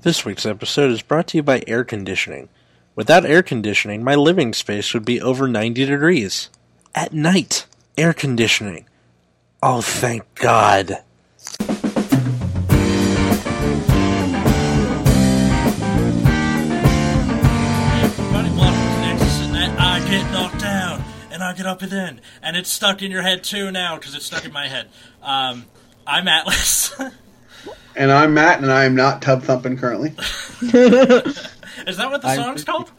This week's episode is brought to you by air conditioning. Without air conditioning, my living space would be over 90 degrees. At night, air conditioning. Oh, thank God. Johnny Blossom Texas, and that I get knocked down, and I get up and in, and it's stuck in your head too now because it's stuck in my head. Um, I'm Atlas. And I'm Matt, and I am not tub thumping currently. Is that what the song's called?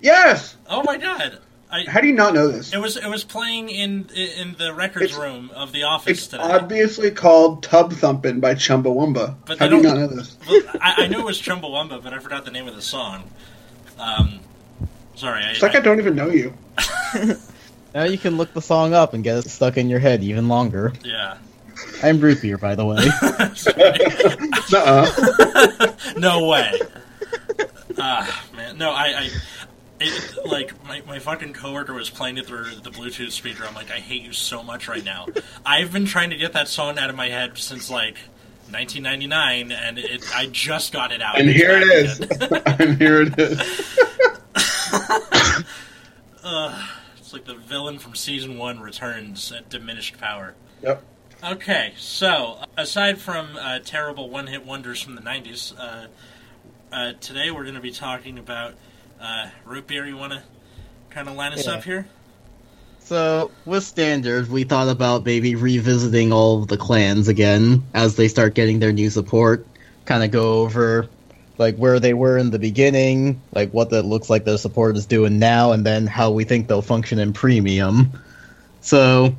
Yes. Oh my god! I, How do you not know this? it was it was playing in in the records It's- room of the office It's today. obviously called Tub Thumping by Chumbawamba. But How they do you don't- not know this? Well, I, I knew it was Chumbawamba, but I forgot the name of the song. Um, sorry. I, It's like I don't even know you. Now you can look the song up and get it stuck in your head even longer. yeah. I'm root beer, by the way. Nuh-uh. no way. Ah, man. No, I. I it, like my, my fucking coworker was playing it through the Bluetooth speaker. I'm like, I hate you so much right now. I've been trying to get that song out of my head since like 1999, and it, I just got it out. And here it is. It's and here it is. like the villain from season one returns at diminished power. Yep. Okay, so aside from uh, terrible one hit wonders from the 90s, uh, uh, today we're going to be talking about uh, root beer. You want to kind of line us Yeah. up here? so, with standard, we thought about maybe revisiting all of the clans again as they start getting their new support. Kind of go over like where they were in the beginning, like what that looks like their support is doing now, and then how we think they'll function in premium. So,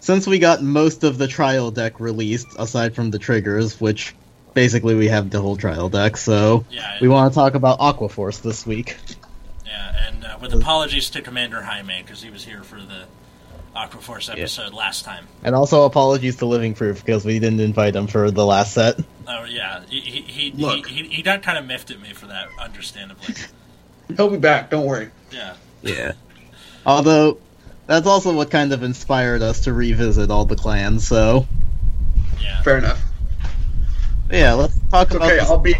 since we got most of the trial deck released, aside from the triggers, which basically we have the whole trial deck, so Yeah, we want to talk about Aquaforce this week. yeah, and uh, with apologies to Commander Jaime because he was here for the Aquaforce episode last time. And also apologies to Living Proof because we didn't invite him for the last set. Oh yeah, he he he, Look. he, he, he got kind of miffed at me for that, understandably. He'll be back. Don't worry. yeah, Yeah. Although that's also what kind of inspired us to revisit all the clans. So yeah. Fair enough. yeah, let's talk It's about. okay. this- I'll be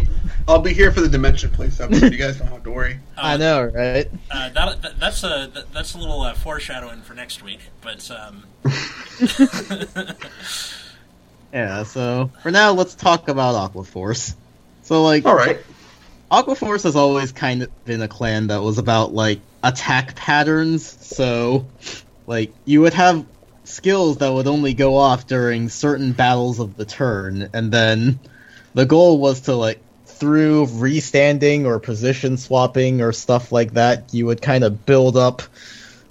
I'll be here for the Dimension Police episode. You guys don't have to worry. I know, right? Oh, Uh, that, that, that's a that, that's a little uh, foreshadowing for next week, but um, Yeah. So for now, let's talk about Aqua Force. So like, All right. Aqua Force has always kind of been a clan that was about like attack patterns. So, like you would have skills that would only go off during certain battles of the turn, and then the goal was to like through restanding or position swapping or stuff like that, you would kind of build up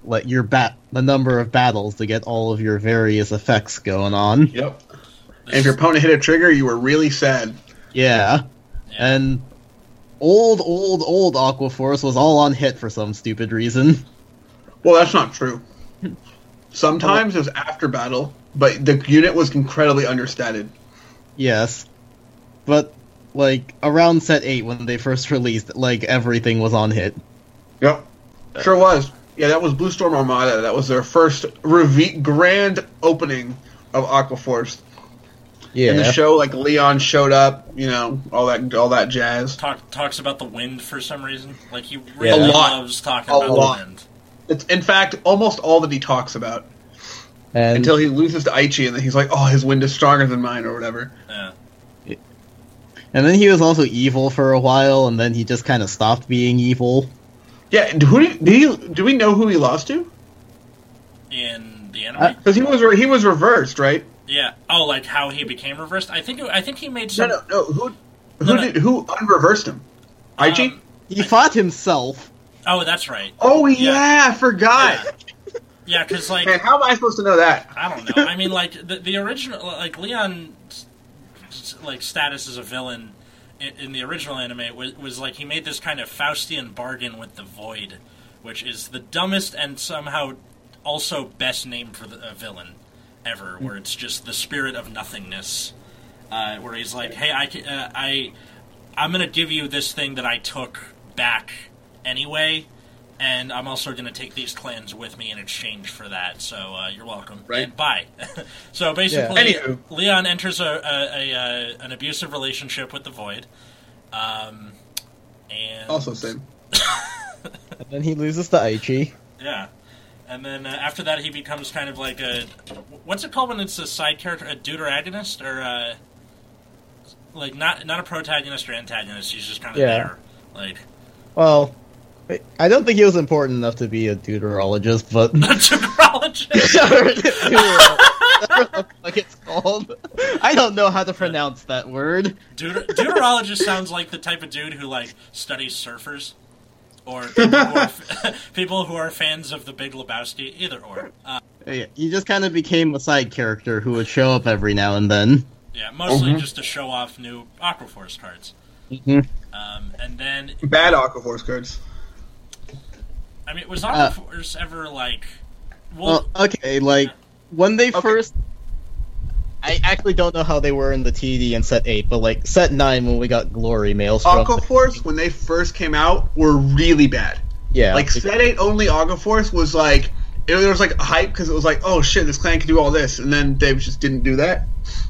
like your bat the number of battles to get all of your various effects going on. Yep. And if your opponent hit a trigger, you were really sad. Yeah. yeah. And old, old, old Aquaforce was all on hit for some stupid reason. Well, that's not true. Sometimes it was after battle, but the unit was incredibly understated. Yes. But, like, around set 8 when they first released, like, everything was on hit. Yep. Sure was. Yeah, that was Blue Storm Armada. That was their first reve- grand opening of Aquaforce. Yeah. In the show, like Leon showed up, you know, all that all that jazz. Talk, talks about the wind for some reason. Like he A really lot. loves talking A about lot. the wind. It's in fact almost all that he talks about and, until he loses to Aichi, and then he's like, "Oh, his wind is stronger than mine," or whatever. Yeah. and then he was also evil for a while, and then he just kind of stopped being evil. Yeah. and Who did, did he? Do we know who he lost to? in the anime. Uh, Because he was re- he was reversed, right? yeah. Oh, like how he became reversed. I think. I think he made No, some. no, no. Who who No, no. did who unreversed him? Aichi. Um, He fought himself. oh, that's right. oh yeah. yeah, I forgot. Yeah, because like Man, how am I supposed to know that? I don't know. I mean, like the, the original, like Leon's like status as a villain in, in the original anime was, was like he made this kind of Faustian bargain with the Void, which is the dumbest and somehow also best name for the, a villain ever, where it's just the spirit of nothingness, uh, where he's like, hey, I ca- uh, I I'm gonna give you this thing that I took back anyway. And I'm also going to take these clans with me in exchange for that. So uh, you're welcome. Right. And bye. so basically, Anywho. Leon enters a, a, a, uh an abusive relationship with the Void, Um, and Also same. And then he loses to Aichi. Yeah. And then uh, after that, he becomes kind of like a what's it called when it's a side character, a deuteragonist, or uh, like not not a protagonist or antagonist. He's just kind of Yeah. there, like Well, I- I don't think he was important enough to be a deuterologist, but a deuterologist. Deuterologist. like it's called. I don't know how to pronounce that word. Deuter- deuterologist sounds like the type of dude who like studies surfers, or people who are, people who are fans of the Big Lebowski. Either or, uh, Yeah, He just kind of became a side character who would show up every now and then. yeah, mostly Mhm. just to show off new Aquaforce cards. Mm-hmm. Mhm. Um, and then Bad Aqua Force cards. I mean, was Uh, Aquaforce ever like? Well, okay, like when they Okay. first. I actually don't know how they were in the TD and set eight, but like set nine when we got glory mails from. Aqua Force, when they first came out, were really bad. yeah, Like set eight only Aqua Force was like it was like hype because it was like oh shit this clan can do all this and then they just didn't do that.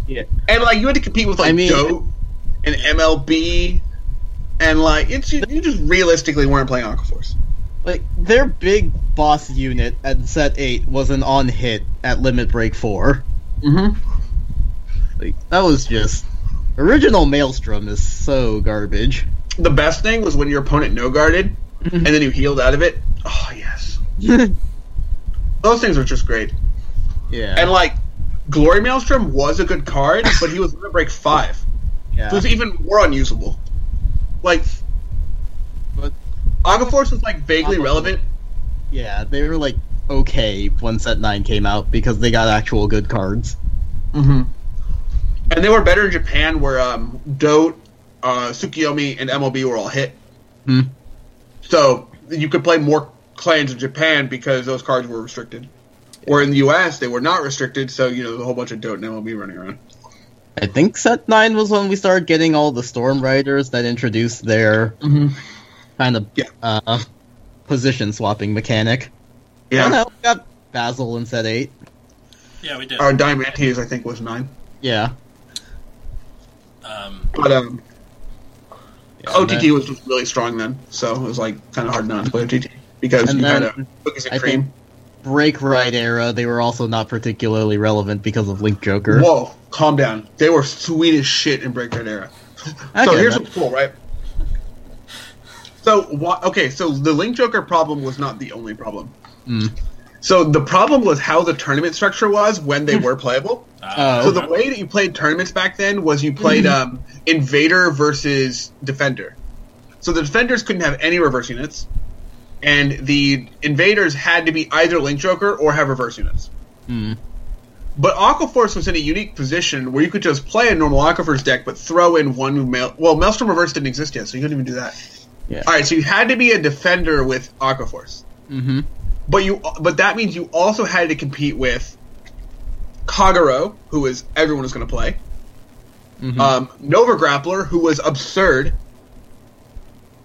Yeah. And like you had to compete with like I mean- Dote and MLB and like it's you, you just realistically weren't playing Aqua Force. like their big boss unit at set eight was an on hit at limit break four. Mm-hmm. Like that was just original Maelstrom is so garbage. The best thing was when your opponent no guarded Mm-hmm. and then you healed out of it. Oh yes, yeah, those things were just great. And like Glory Maelstrom was a good card, but he was limit break five. yeah. It was even more unusable. Like, But- Agaforce was like vaguely Aquaforce. relevant. yeah, they were like okay when set nine came out because they got actual good cards. Mm-hmm. And they were better in Japan, where um, Dote, uh, Tsukiyomi, and MLB were all hit. Hmm. So you could play more clans in Japan because those cards were restricted. Or in the U.S., they were not restricted, so you know there's a whole bunch of Dote and MLB running around. I think set nine was when we started getting all the Storm Riders that introduced their Mhm. kind of Yeah. uh, position swapping mechanic. I don't Yeah, know. We got Basil in set eight. yeah, we did. our Diamantes Uh, I think was nine, Yeah. Um, but um, Yeah, Oh, and OTT then- Oh, was just really strong then, so it was like kind of hard not to play OTT because And you had then a cookies and I cream. think Break Right era, they were also not particularly relevant because of Link Joker. Whoa, calm down. They were sweet as shit in Break That Era. so Okay, here's then. what's cool, right? So why, okay, so the Link Joker problem was not the only problem. Mm. So the problem was how the tournament structure was when they were playable. uh, So the way that you played tournaments back then was you played um, Invader versus Defender. So the Defenders couldn't have any reverse units, and the Invaders had to be either Link Joker or have reverse units. Hmm. But Aquaforce was in a unique position where you could just play a normal Aquaforce deck, but throw in one Mael. Well, Maelstrom Reverse didn't exist yet, so you couldn't even do that. Yeah. All right, so you had to be a defender with Aquaforce, Mm-hmm. but you but that means you also had to compete with Kagero, who is everyone is going to play, Mhm. um, Nova Grappler, who was absurd,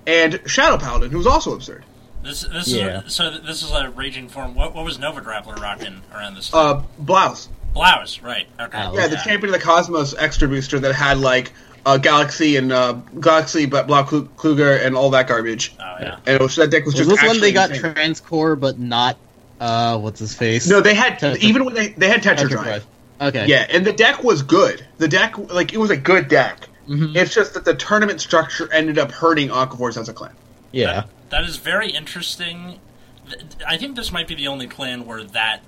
and Shadow Paladin, who was also absurd. this this Yeah. is so. th- This is a raging form. What what was Nova Grappler rocking around this? time? Uh, Blouse, Blouse, right? Okay. Blouse. yeah, the Champion of the Cosmos extra booster that had like uh, Galaxy and uh, Galaxy, but Blau Klu- Kluger and all that garbage. Oh yeah. And it was, that deck was, Was just this when they actually got insane. Transcore but not uh what's his face? no, they had Tetra- even when they they had Tetra Drive. Okay. Yeah, and the deck was good. The deck like it was a good deck. Mhm. It's just that the tournament structure ended up hurting Aquaforce as a clan. Yeah. That is very interesting. Th- I think this might be the only clan where that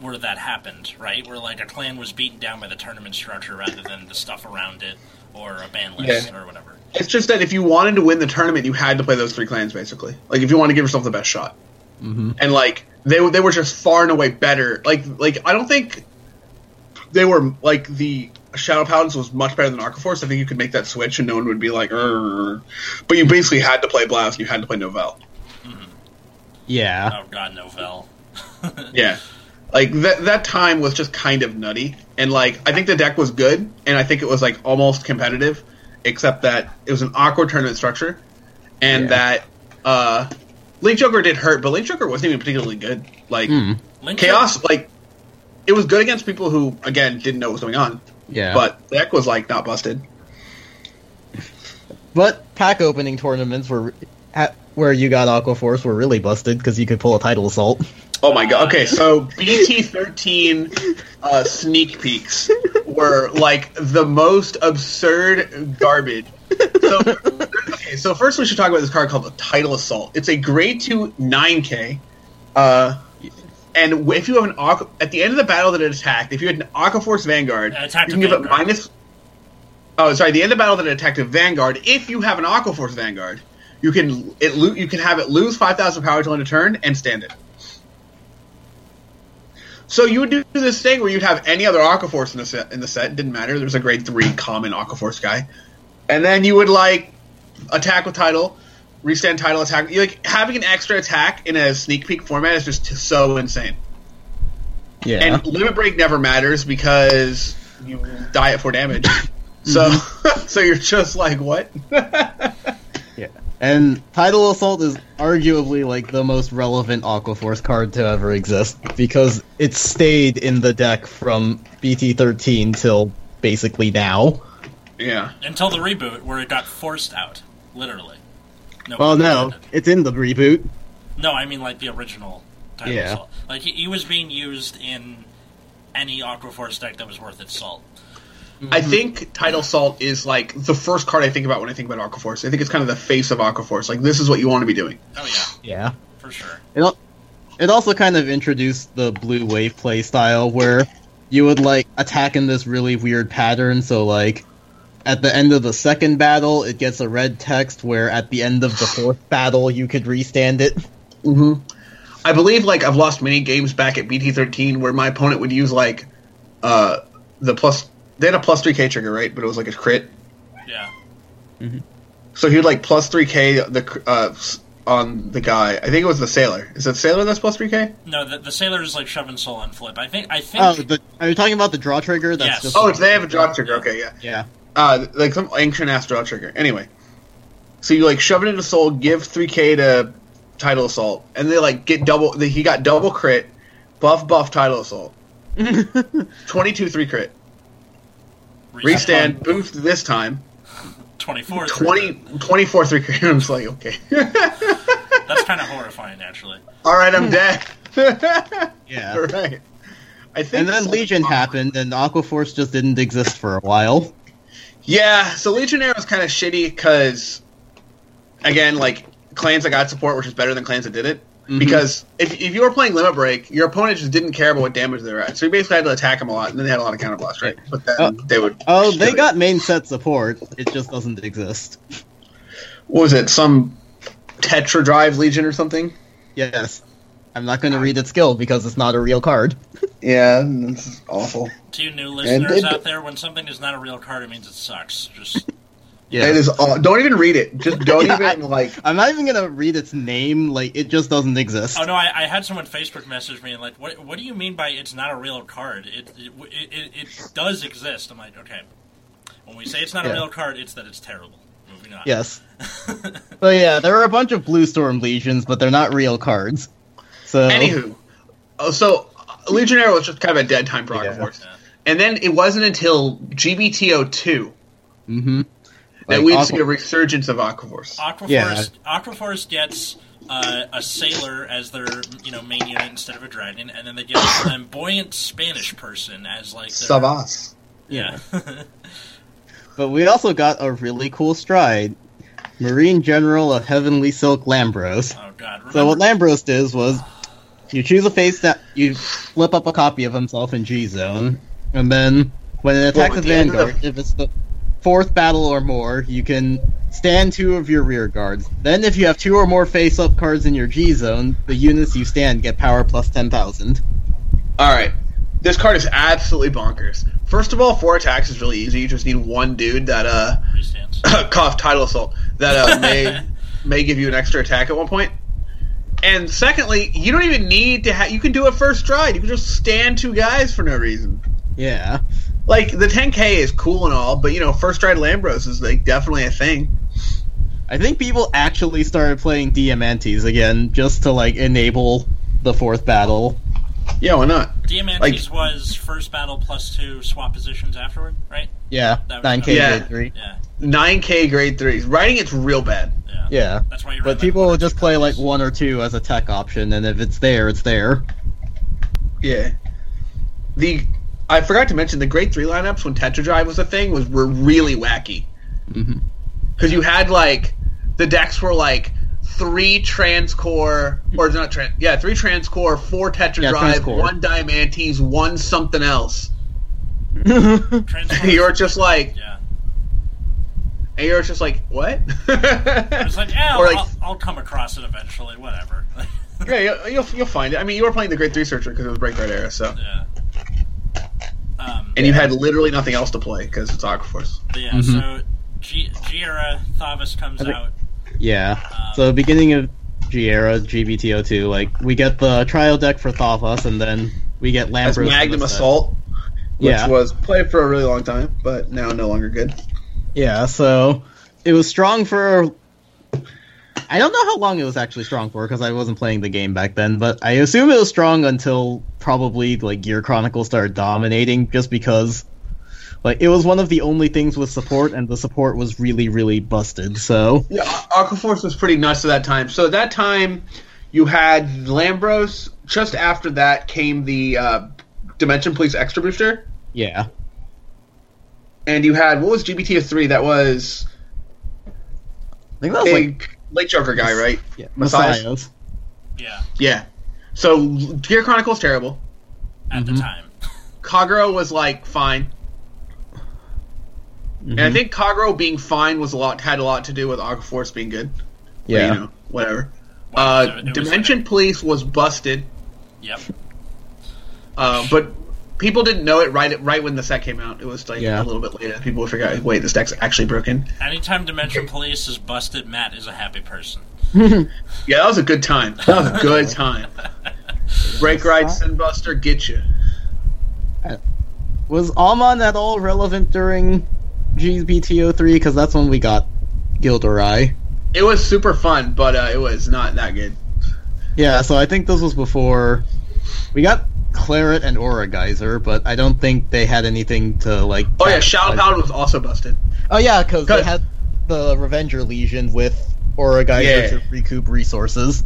where that happened, right? Where like a clan was beaten down by the tournament structure rather than the stuff around it or a ban list Yeah. or whatever. It's just that if you wanted to win the tournament, you had to play those three clans basically. Like if you want to give yourself the best shot, Mhm. and like they were- they were just far and away better. Like like I don't think they were like the Shadow Paladins was much better than Aquaforce. I think you could make that switch and no one would be like, "Err." but you basically had to play Blast. You had to play Novell. Yeah. Oh god, Novell. Yeah. Like that that time was just kind of nutty. And like I think the deck was good and I think it was like almost competitive, except that it was an awkward tournament structure and Yeah. that uh Link Joker did hurt, but Link Joker wasn't even particularly good. Like Hmm. Link Chaos like it was good against people who again didn't know what was going on. Yeah. But the deck was like not busted. But pack opening tournaments were at, where you got Aqua Force were really busted because you could pull a title assault. Oh my god. Okay, so BT13 uh, sneak peeks were like the most absurd garbage. So, okay, so first we should talk about this card called the Title Assault. It's a grade 2 9K. Uh, and if you have an Aqua, at the end of the battle that it attacked, if you had an Aqua Force Vanguard, Uh, you attacked can a give it Vanguard. minus. Oh, sorry. The end of the battle that it attacked a Vanguard. If you have an Aqua Force Vanguard, you can it lo- you can have it lose five thousand power till end of turn and stand it. So you would do this thing where you'd have any other Aquaforce in the set. In the set, didn't matter. There was a grade three common Aquaforce guy, and then you would like attack with title, restand title attack. You like having an extra attack in a sneak peek format is just so insane. Yeah. And limit break never matters because you die at four damage. So, so you're just like what? yeah. And Tidal Assault is arguably like the most relevant Aqua Force card to ever exist because it stayed in the deck from BT13 till basically now. yeah. until the reboot where it got forced out, literally. No, Well, one no, wanted it. it's in the reboot. no, I mean like the original. Title Yeah. Assault. like he, he was being used in any Aquaforce deck that was worth its salt. I think Tidal Salt is like the first card I think about when I think about Aquaforce. I think it's kind of the face of Aquaforce. Like this is what you want to be doing. Oh yeah, Yeah. for sure. It, al- it also kind of introduced the blue wave play style where you would like attack in this really weird pattern. So like at the end of the second battle, it gets a red text where at the end of the fourth battle, you could restand it. Mm-hmm. I believe like I've lost many games back at BT13 where my opponent would use like uh the plus they had a plus 3k trigger, right? But it was like a crit. Yeah, So he would like plus 3k the cr- uh s- on the guy. I think it was the sailor. Is it sailor that's plus 3k? no, the, the sailor is like shoving soul and flip. I think. I think. Oh, the, are you talking about the draw trigger? That's Yes. just Oh, it's, they have a draw trigger. Okay, yeah. yeah. uh, like some ancient ass draw trigger. Anyway, so you like shove it into soul, give three k to title assault, and they like get double. They, he got double crit, buff buff title assault, twenty two three crit, restand boost this time, twenty four. 20, 24 three crit. I'm just like okay, That's kind of horrifying, actually. all right, I'm dead. all Hmm. Yeah. right, I think. And then Legion happened, and Aquaforce just didn't exist for a while. Yeah, so Legionnaire was kind of shitty because, again, like clans that got support, which is better than clans that didn't. Mm-hmm. Because if, if you were playing Limit Break, your opponent just didn't care about what damage they were at. So you basically had to attack them a lot, and then they had a lot of counter blast, right? But then Oh. they would. Oh, they kill you. got main set support. It just doesn't exist. What was it? Some Tetra Drive Legion or something? Yes. I'm not going to read its skill because it's not a real card. Yeah, this is awful. To you new listeners it- out there, when something is not a real card, it means it sucks. Just Yeah. It is. Aw- uh, don't even read it. Just don't Yeah, I- even like. I'm not even gonna read its name. Like it just doesn't exist. oh no, I, I had someone Facebook message me and like, what what do you mean by it's not a real card? It it it, it, it does exist. I'm like, okay. When we say it's not a Yeah. real card, it's that it's terrible. Moving on. Yes. but yeah, there are a bunch of Blue Storm Legions, but they're not real cards. So Anywho, oh, so uh, Legionnaire was just kind of a dead time for Aquaforce, Yeah. and then it wasn't until GBTO two Mhm. that Like, we'd Aqua- see a resurgence of Aquaforce. Aquaforce Yeah. Aquaforce gets uh, a sailor as their you know main unit instead of a dragon, and then they get a flamboyant Spanish person as like their, Oh, Savas. yeah. but we also got a really cool stride. Marine General of Heavenly Silk Lambros. oh god. Remember, So what Lambros does was you choose a face that you flip up a copy of himself in G zone, and then when it Well, attacks a at the end of vanguard, if it's the fourth battle or more, you can stand two of your rear guards. Then if you have two or more face up cards in your G zone, the units you stand get power plus ten thousand. All right, this card is absolutely bonkers. First of all, four attacks is really easy. You just need one dude that uh Three stands. cough title assault that uh, may may give you an extra attack at one point. And secondly, you don't even need to have. You can do a first stride. You can just stand two guys for no reason. Yeah. Like the 10k is cool and all, but you know, first stride Lambros is like definitely a thing. I think people actually started playing Diamantes again just to like enable the fourth battle. Yeah, why not? Diamantes was first battle plus two swap positions afterward, right? Yeah. That was- Nine K Yeah. three. Yeah. 9K grade threes. Writing it's real bad. Yeah. Yeah. That's why you But people will just play like one or two as a tech option, and if it's there, it's there. Yeah. The I forgot to mention the grade three lineups when Tetra Drive was a thing was were really wacky. Mm-hmm. Mhm. Because you had like the decks were like three transcore or not trans yeah three transcore four Tetra Yeah, Drive Transcore. one Diamantes one something else. And Transformers. you're just like yeah. and you're just like what? I was like, yeah, Or, like- I'll, I'll come across it eventually. Whatever. yeah, you'll, you'll you'll find it. I mean, you were playing the grade three searcher because it was Breakthrough era, so yeah. Um, and you had literally nothing else to play because it's Aquaforce. but yeah. So, G- Gira Thavas comes out. Yeah. Uh, So beginning of Giera, GBTO2, like we get the trial deck for Thavas, and then we get As Lambros. Magnum Assault, which Yeah. was played for a really long time, but now no longer good. Yeah. So it was strong for. I don't know how long it was actually strong for because I wasn't playing the game back then, but I assume it was strong until probably like Gear Chronicle started dominating, just because like it was one of the only things with support, and the support was really really busted. So Yeah, Aquaforce was pretty nuts at that time. So at that time, you had Lambros. Just after that came the uh, Dimension Police Extra Booster, yeah, and you had what was GBT of three? That was I think that was like big late Joker guy, right? yeah, Messiah's. Messiah's. Yeah. Yeah. So Gear Chronicles terrible. At the Mhm. time. Kagro was like fine. And I Mhm. think Kagro being fine was a lot had a lot to do with Aquaforce being good. But, Yeah. you know, whatever. Wow, Uh, it- it was Dimension Police was busted, Yep. uh, but people didn't know it right right when the set came out. It was like Yeah. a little bit later. People forgot. Wait, this deck's actually broken. Anytime Dimension Police is busted, Matt is a happy person. Yeah, that was a good time. That was a good time. Break ride, Sin Buster, get you. Was Almon at all relevant during GBTO3? Because that's when we got Gildorai. It was super fun, but uh, it was not that good. Yeah, so I think this was before we got Claret and Aura Geyser, but I don't think they had anything to like. Oh yeah, capitalize- Shadow Pound was also busted. Oh yeah, because they Good. had the Revenger Legion with Aura Geyser Yeah. to recoup resources.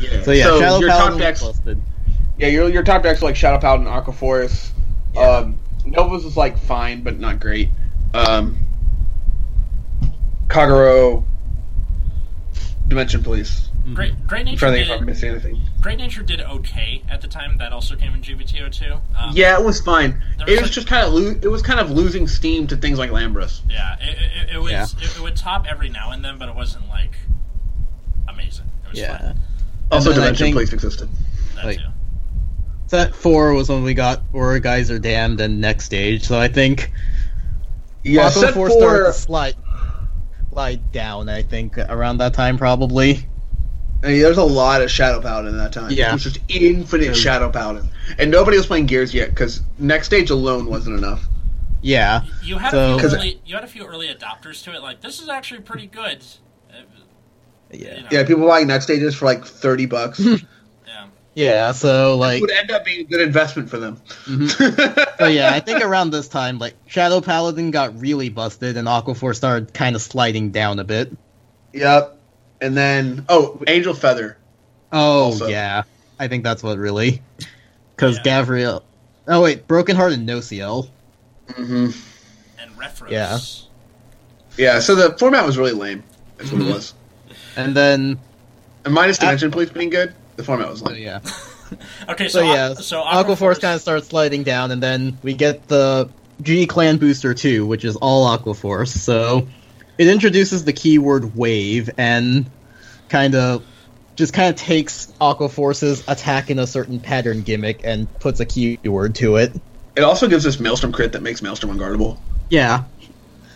Yeah. So yeah, Shadow your Paladin top was decks busted. Yeah, your your top decks are like Shadow Paladin, Aqua Forest. Yeah. Um, Nova's was like fine, but not great. Um, Kagero, Dimension Police. Great, Great I'm Nature trying to think if I did missed anything. Great Nature did okay at the time. That also came in GBTO2. Um, Yeah, it was fine. There was It was like- just kind of lo- it was kind of losing steam to things like Lambros. yeah. It, it- it, it was. Yeah. It, it would top every now and then, but it wasn't like amazing. It was Yeah. fine. Also, then I Dimension think- Police existed. That Like- too. Set four was when we got Aura Geyser Damned and Next Stage. So I think Yeah, Aqua set Force started four. to slide, slide down. I think around that time probably. I mean, there's a lot of Shadow Paladin in that time. Yeah. it was just infinite Yeah. Shadow Paladin, and nobody was playing Gears yet because next stage alone wasn't enough. Yeah. You had So- a few 'Cause- early. You had a few early adopters to it. Like this is actually pretty good. Uh, you know, Yeah, people buying next stages for like thirty bucks. yeah. Yeah, so like mm-hmm. would end up being a good investment for them. so yeah, I think around this time like Shadow Paladin got really busted and Aquaforce started kind of sliding down a bit. Yep. And then oh, Angel Feather. Oh Also- yeah. I think that's what really cuz Yeah. Gavriel Oh wait, Broken Heart and Nociel. Mm-hmm. And reference. Yeah. Yeah. So the format was really lame. That's what Mhm. it was. And then And minus Dimension Police being good, the format was so lame. yeah. Okay. So, So yeah, Aqu- so Aquaforce kind of starts sliding down and then we get the G Clan Booster 2, which is all Aquaforce. So it introduces the keyword wave and kind of just kind of takes Aquaforce's attack in a certain pattern gimmick and puts a keyword to it. It also gives us Maelstrom crit that makes Maelstrom unguardable, Yeah.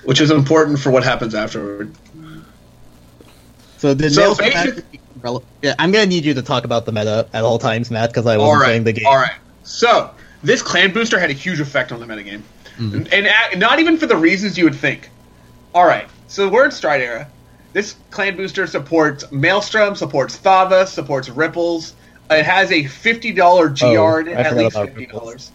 which is important for what happens afterward. So did So Maelstrom basic- actually- rele- yeah, I'm gonna need you to talk about the meta at all times, Matt, because I wasn't All right. playing the game. All right. So this clan booster had a huge effect on the metagame, Mm-hmm. and, and a- not even for the reasons you would think. All right. So we're in Stride Era. This clan booster supports Maelstrom, supports Thava, supports Ripples. It has a fifty dollar GR in it, Oh, I at forgot least about fifty Ripples. dollars.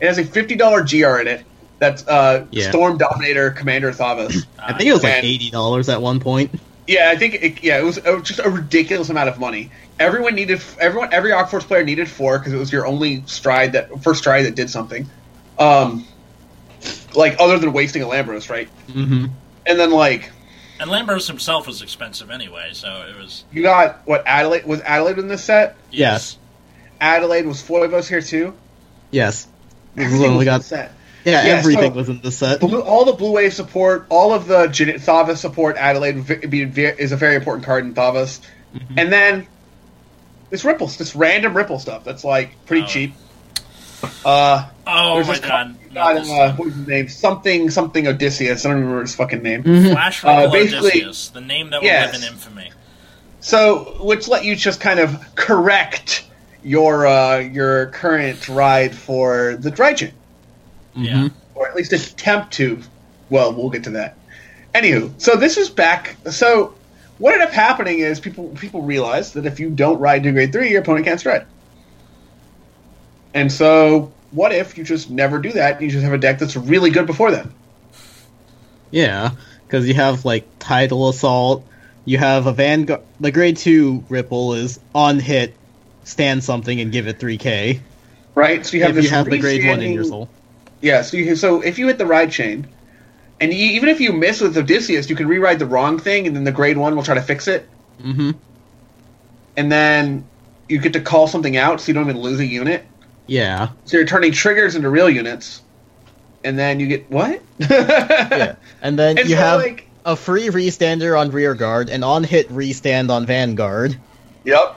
It has a fifty dollar GR in it, That's uh, Yeah. Storm Dominator Commander Thavas. uh, I think it was like and- eighty dollars at one point. yeah, I think it, yeah, it was, it was just a ridiculous amount of money. Everyone needed everyone every Aqua Force player needed four because it was your only stride that first stride that did something. Um, like other than wasting a Lambros, right? Mm-hmm. And then like And Lambros himself was expensive anyway, so it was. you got what Adelaide was Adelaide in this set. Yes. Adelaide was Foivos here too. Yes. This is Everything when we was in got the set. yeah, Yeah, everything so- was in the set. Blue, all the blue wave support, all of the Jin- Thavas support, Adelaide v- be- ve- is a very important card in Thavas. Mm-hmm. And then this ripples, this random ripple stuff that's like pretty Oh. cheap. Uh, Oh there's my this god. card- not God, this uh, one. what was his name? Something, something Odysseus. I don't remember his fucking name. Mm-hmm. Flash Rebel uh, basically- Odysseus, the name that will Yes. live in infamy. So, which let you just kind of correct your uh, your current ride for the Drygen. Mm-hmm. Yeah. or at least attempt to. Well, we'll get to that. Anywho, so this is back. So what ended up happening is people people realized that if you don't ride to grade three, your opponent can't stride. And so, what if you just never do that and you just have a deck that's really good before then? Yeah, because you have like tidal assault. You have a vanguard. The grade two ripple is on hit, stand something and give it three k. Right? So you have If this you have the grade one in freestanding- your soul. Yeah. So you, so if you hit the ride chain, and you, even if you miss with Odysseus, you can rewrite the wrong thing, and then the grade one will try to fix it. Mm-hmm. And then you get to call something out, so you don't even lose a unit. Yeah. So you're turning triggers into real units, and then you get what? Yeah. And then And you so, have like- a free restander on rear guard and on hit restand on vanguard. Yep.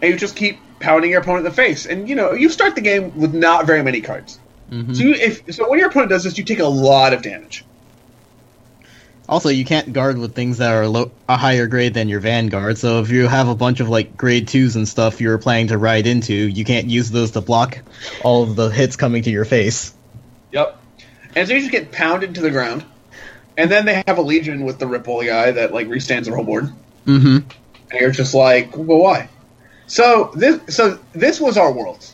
And you just keep pounding your opponent in the face, and you know you start the game with not very many cards. Mm-hmm. So you, if so, when your opponent does this, you take a lot of damage. Also, you can't guard with things that are low, a higher grade than your vanguard. So if you have a bunch of like grade twos and stuff you're planning to ride into, you can't use those to block all of the hits coming to your face. Yep. And so you just get pounded to the ground, and then they have a legion with the ripple guy that like restands the whole board. Mm-hmm. and you're just like, well, why? So this, so this was our world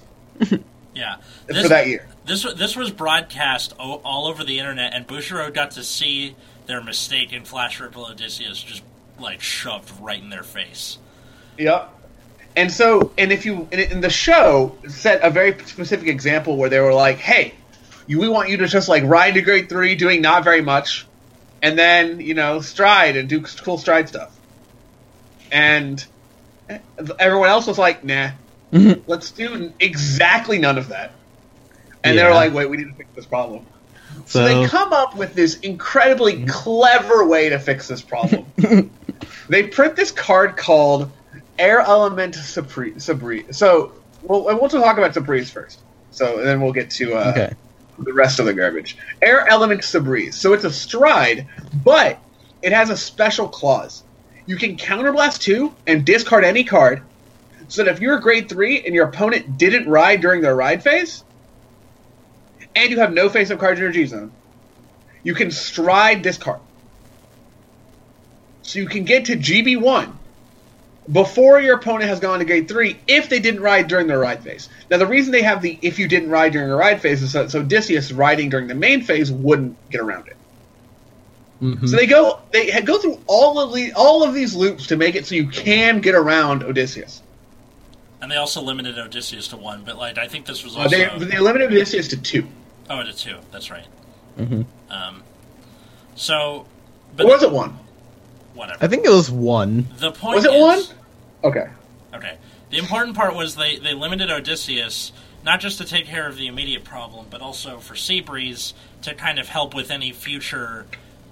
Yeah. for that year. This wa- this was broadcast o- all over the internet, and Bushiro got to see their mistake in Flash Ripple Odysseus just like shoved right in their face. Yep. And so, and if you and in the show set a very specific example where they were like, "Hey, you, we want you to just like ride to grade three, doing not very much, and then you know stride and do cool stride stuff." And everyone else was like, "Nah, let's do exactly none of that." And they were Yeah. like, "Wait, we need to fix this problem." So, So, Mm-hmm. they come up with this incredibly clever way to fix this problem. they print this card called Air Element Sabri. Sabri. So we'll, we'll talk about Sabri's first. So and then we'll get to uh, okay. the rest of the garbage. Air Element Sabriz. So it's a stride, but it has a special clause. You can counterblast two and discard any card, so that if you're a grade three and your opponent didn't ride during their ride phase, and you have no face up cards in your G zone, you can stride this card. So you can get to GB1 before your opponent has gone to grade three if they didn't ride during their ride phase. Now, the reason they have the if you didn't ride during your ride phase is so, so Odysseus riding during the main phase wouldn't get around it. Mhm. So they go they ha- go through all of the all of these loops to make it so you can get around Odysseus. And they also limited Odysseus to one, but like I think this was Uh, also they, they limited Odysseus to two. oh to two. That's right. Um, so, but Or was it one? whatever. I think it was one. the point Was it is- one? Okay. Okay. The important part was they, they limited Odysseus not just to take care of the immediate problem, but also for Seabreeze to kind of help with any future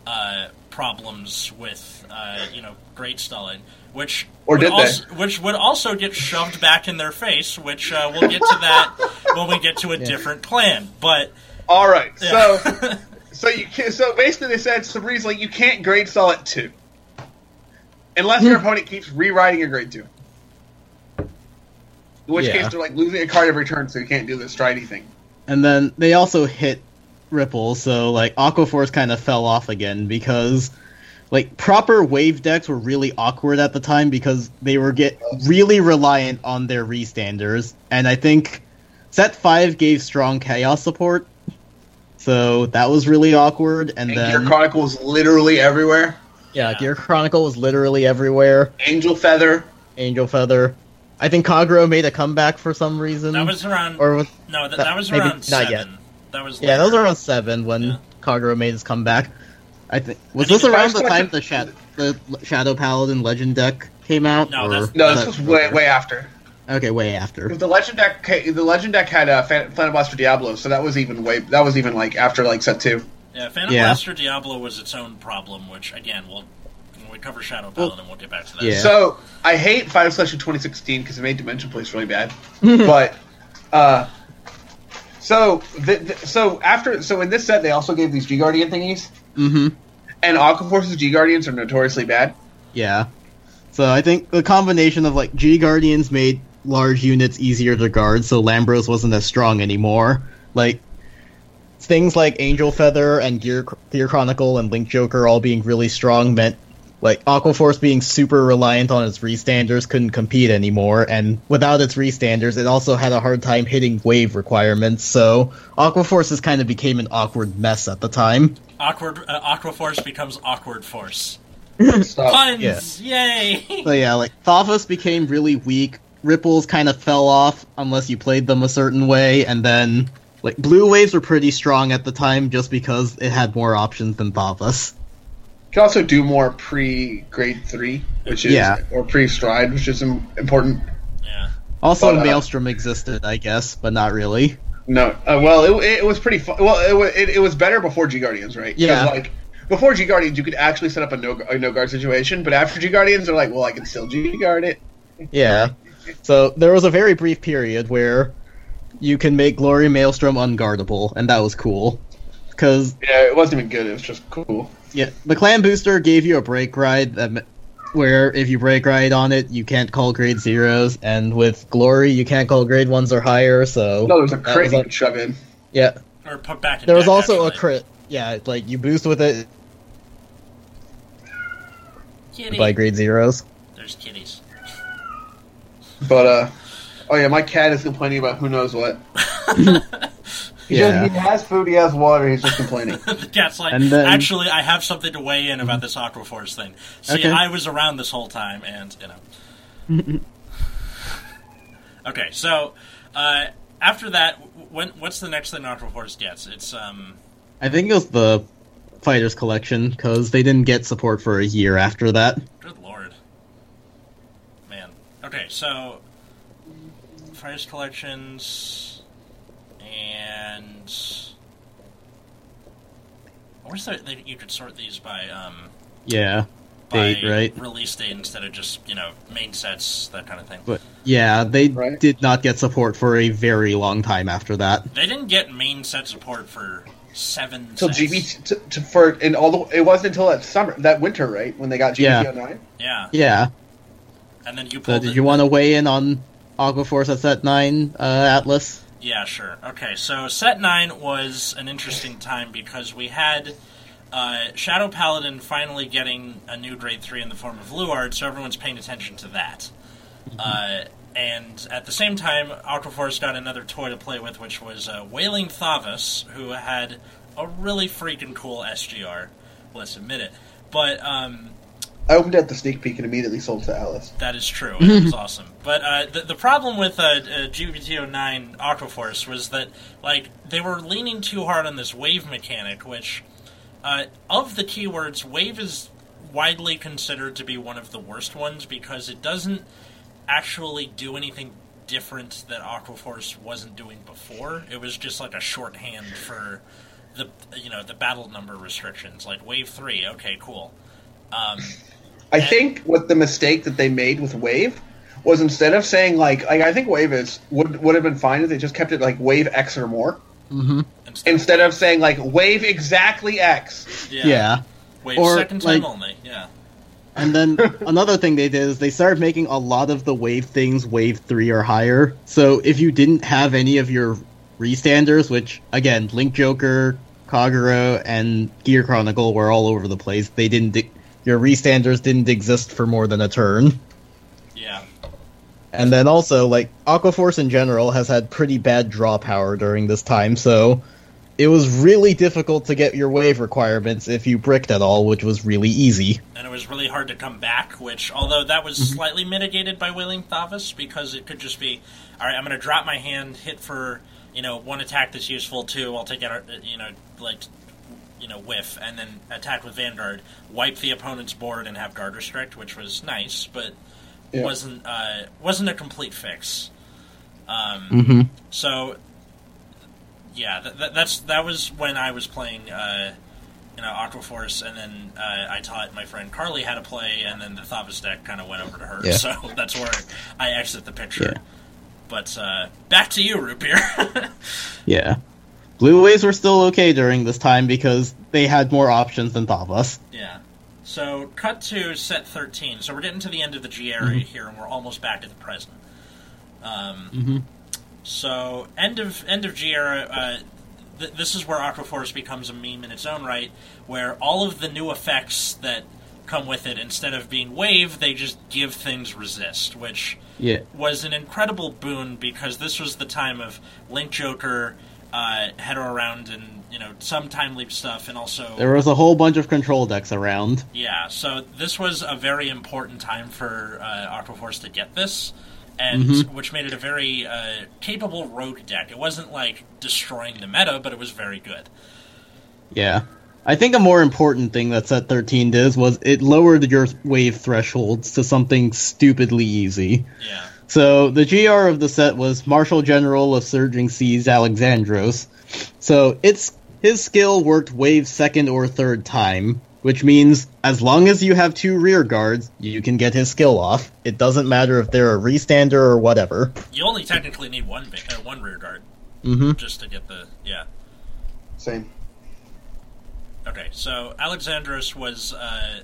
uh, problems with uh, you know Great Stalin, which Or would did they? also, which would also get shoved back in their face, which uh, we'll get to that when we get to a different plan. But All right. Yeah. So, so you can, so basically they said Sabri's like you can't grade stall at two, unless your Hmm. opponent keeps rewriting your grade two. In which Yeah. case they're like losing a card every turn, so you can't do the stridey thing. And then they also hit Ripple, so like Aquaforce kind of fell off again because like proper wave decks were really awkward at the time because they were get really reliant on their restanders, and I think set five gave strong chaos support. So that was really awkward. And, And then Gear Chronicle was literally everywhere. yeah, Yeah. Gear Chronicle was literally everywhere. Angel Feather. Angel Feather. I think Kagro made a comeback for some reason. That was around. Um, or was, no, th- that, that- was maybe around not seven. yet. That was yeah, that was later. around seven when Yeah. Kagura made his comeback. I think was I think this around the the first time one- the, Shad- the Shadow Paladin Legend deck came out? No, or- that's- No, this that- was way way after. okay, way after. The legend deck, ca- the legend deck had uh, Fan- Planet Blaster Diablo, so that was even way. That was even like after like set two. Yeah, Phantom Yeah. Blaster Diablo was its own problem, which again, we'll when we cover Shadow Paladin, we'll get back to that. yeah. So I hate Final Selection 2016 because it made Dimension Place really bad. but uh, so the, the, so after so in this set they also gave these G Guardian thingies, Mm-hmm. and Aqua Force's G Guardians are notoriously bad. Yeah. So I think the combination of like G Guardians made large units easier to guard, so Lambros wasn't as strong anymore. Like things like Angel Feather and Gear Gear Chronicle and Link Joker all being really strong meant like Aquaforce being super reliant on its restanders couldn't compete anymore, and without its restanders, it also had a hard time hitting wave requirements. So Aquaforces kind of became an awkward mess at the time. Awkward uh, Aqua Force becomes Awkward Force. So, Oh, Puns, yay! So yeah, like Thafos became really weak. Ripples kind of fell off unless you played them a certain way, and then like blue waves were pretty strong at the time just because it had more options than Thafos. you can also do more pre grade three, which is Yeah. or pre stride, which is im- important. yeah, Also, But, uh, Maelstrom existed, I guess, but not really. No, uh, well, it, it was pretty. Fu- well, it, wa- it, it was better before G Guardians, right? 'Cause, Yeah. Like before G Guardians, you could actually set up a no a no guard situation, but after G Guardians, they're like, well, I can still G guard it. Yeah. So there was a very brief period where you can make Glory Maelstrom unguardable, and that was cool. Because Yeah, it wasn't even good. It was just cool. Yeah, the clan booster gave you a break ride that, m- where if you break ride on it, you can't call grade zeros, and with glory, you can't call grade ones or higher. So No, there was a that crit was you could shove in. yeah, or put back. In there was deck, also a actually. crit. Yeah, it's like you boost with it Kitty. by grade zeros. There's kitties. But uh, oh yeah, my cat is complaining about who knows what. He, Yeah. does, he has food, he has water, he's just complaining. the cat's like, And then- Mm-hmm. actually, I have something to weigh in about this Aqua Force thing. See, Okay. I was around this whole time, and you know. okay, so uh, after that, w- when what's the next thing Aqua Force gets? It's um, I think it was the fighters collection because they didn't get support for a year after that. good lord, man. Okay, so Fires Collections and. I wish that that you could sort these by um, Yeah, by date right. release date instead of just you know main sets that kind of thing. But yeah, they Right. did not get support for a very long time after that. They didn't get main set support for seven. Until sets. GB t- t- for and all the it wasn't until that summer that winter right when they got Yeah. GBT 09. Yeah, Yeah, and then you So pulled. did it- you want to weigh in on Aquaforce at set nine, uh, Atlas? Yeah, sure. Okay, so set nine was an interesting time because we had uh, Shadow Paladin finally getting a new grade three in the form of Luard, so everyone's paying attention to that. Uh, and at the same time, Aquaforce got another toy to play with, which was uh, Wailing Thavas, who had a really freaking cool SGR. Let's admit it. But um, I opened up the sneak peek and immediately sold to Alice. That is true. and It was awesome. But uh, the, the problem with uh, uh, GBT09 Aquaforce was that like they were leaning too hard on this wave mechanic, which uh, of the keywords, wave is widely considered to be one of the worst ones because it doesn't actually do anything different that Aquaforce wasn't doing before. It was just like a shorthand for the you know the battle number restrictions, like wave three. Okay, cool. I think what the mistake that they made with Wave was instead of saying like, like I think Wave is would would have been fine if they just kept it like Wave X or more Instead, instead of saying like Wave exactly X. Yeah. Wave Or, second time like- only, yeah. And then another thing they did is they started making a lot of the wave things wave three or higher. So if you didn't have any of your restanders, which again, Link Joker, Kagura, and Gear Chronicle were all over the place, they didn't. e, your restanders didn't exist for more than a turn. Yeah. And then also, like, Aquaforce in general has had pretty bad draw power during this time, so It was really difficult to get your wave requirements if you bricked at all, which was really easy. and it was really hard to come back. Which, although that was slightly mitigated by Wailing Thavis, because it could just be, all right, I'm going to drop my hand, hit for you know one attack that's useful, two, I'll take out a- you know like you know whiff, and then attack with Vanguard, wipe the opponent's board, and have guard restrict, which was nice, but Yeah. wasn't uh, wasn't a complete fix. Um, Mm-hmm. so, yeah, th- th- that's that was when I was playing, uh, you know, Aqua Force, and then uh, I taught my friend Carly how to play, and then the Thavis deck kind of went over to her. Yeah. So that's where I exit the picture. Yeah. But uh, back to you, Root Beer. Yeah. Blue waves were still okay during this time because they had more options than Davos. yeah. So cut to set thirteen. So we're getting to the end of the G area here, and we're almost back to the present. Um, Mm-hmm. So end of end of G era. Uh, th- this is where Aquaforce becomes a meme in its own right, where all of the new effects that come with it, instead of being wave, they just give things resist, which Yeah. was an incredible boon because this was the time of Link Joker, uh, Header Around, and you know some time leap stuff, and also There was a whole bunch of control decks around. yeah, so this was a very important time for uh, Aquaforce to get this, and Mhm. which made it a very uh, capable rogue deck. It wasn't like destroying the meta, but it was very good. Yeah. I think a more important thing that set 13 did was it lowered your wave thresholds to something stupidly easy. Yeah, So the GR of the set was Marshal General of Surging Seas Alexandros. So it's his skill worked wave second or third time, which means as long as you have two rear guards, you can get his skill off. It doesn't matter if they're a restander or whatever. you only technically need one ba- uh, one rear guard Mm-hmm. just to get the yeah. Same. Okay, so Alexandros was uh,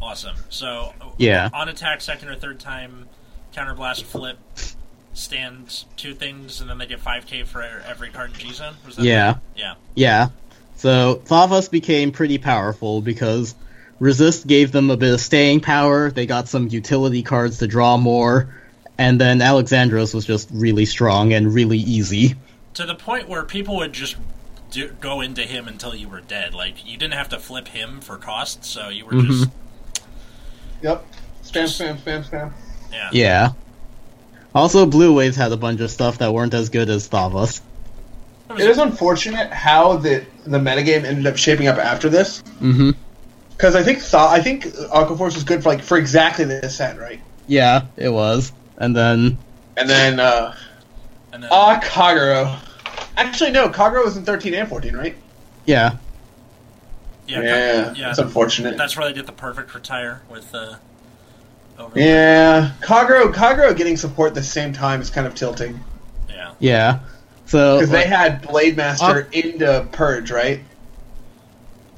awesome. So Yeah. on attack second or third time, counterblast flip, stand two things, and then they get five k for e-, every card in G zone. Was that Yeah. yeah. Yeah. So Thavas became pretty powerful because Resist gave them a bit of staying power, they got some utility cards to draw more, and then Alexandros was just really strong and really easy. to the point where people would just do, go into him until you were dead. Like you didn't have to flip him for cost, so you were just Mm-hmm. Yep. Spam, spam, spam, spam. yeah. Yeah. Also, Blue Waves had a bunch of stuff that weren't as good as Thavas. It was- It is unfortunate how the the metagame ended up shaping up after this. Mm-hmm. Because I think Thaw- I think Aquaforce was good for like for exactly this set, right? Yeah, it was. And then, And then uh and then, Ah Kagero. Actually no, Kagero was in thirteen and fourteen, right? yeah, yeah, yeah. yeah. It's unfortunate. That's where they did the perfect retire with uh, over. yeah. Kagero Kagero getting support at the same time is kind of tilting. yeah. yeah. So, Because they had Blade Master Uh, into Purge, right?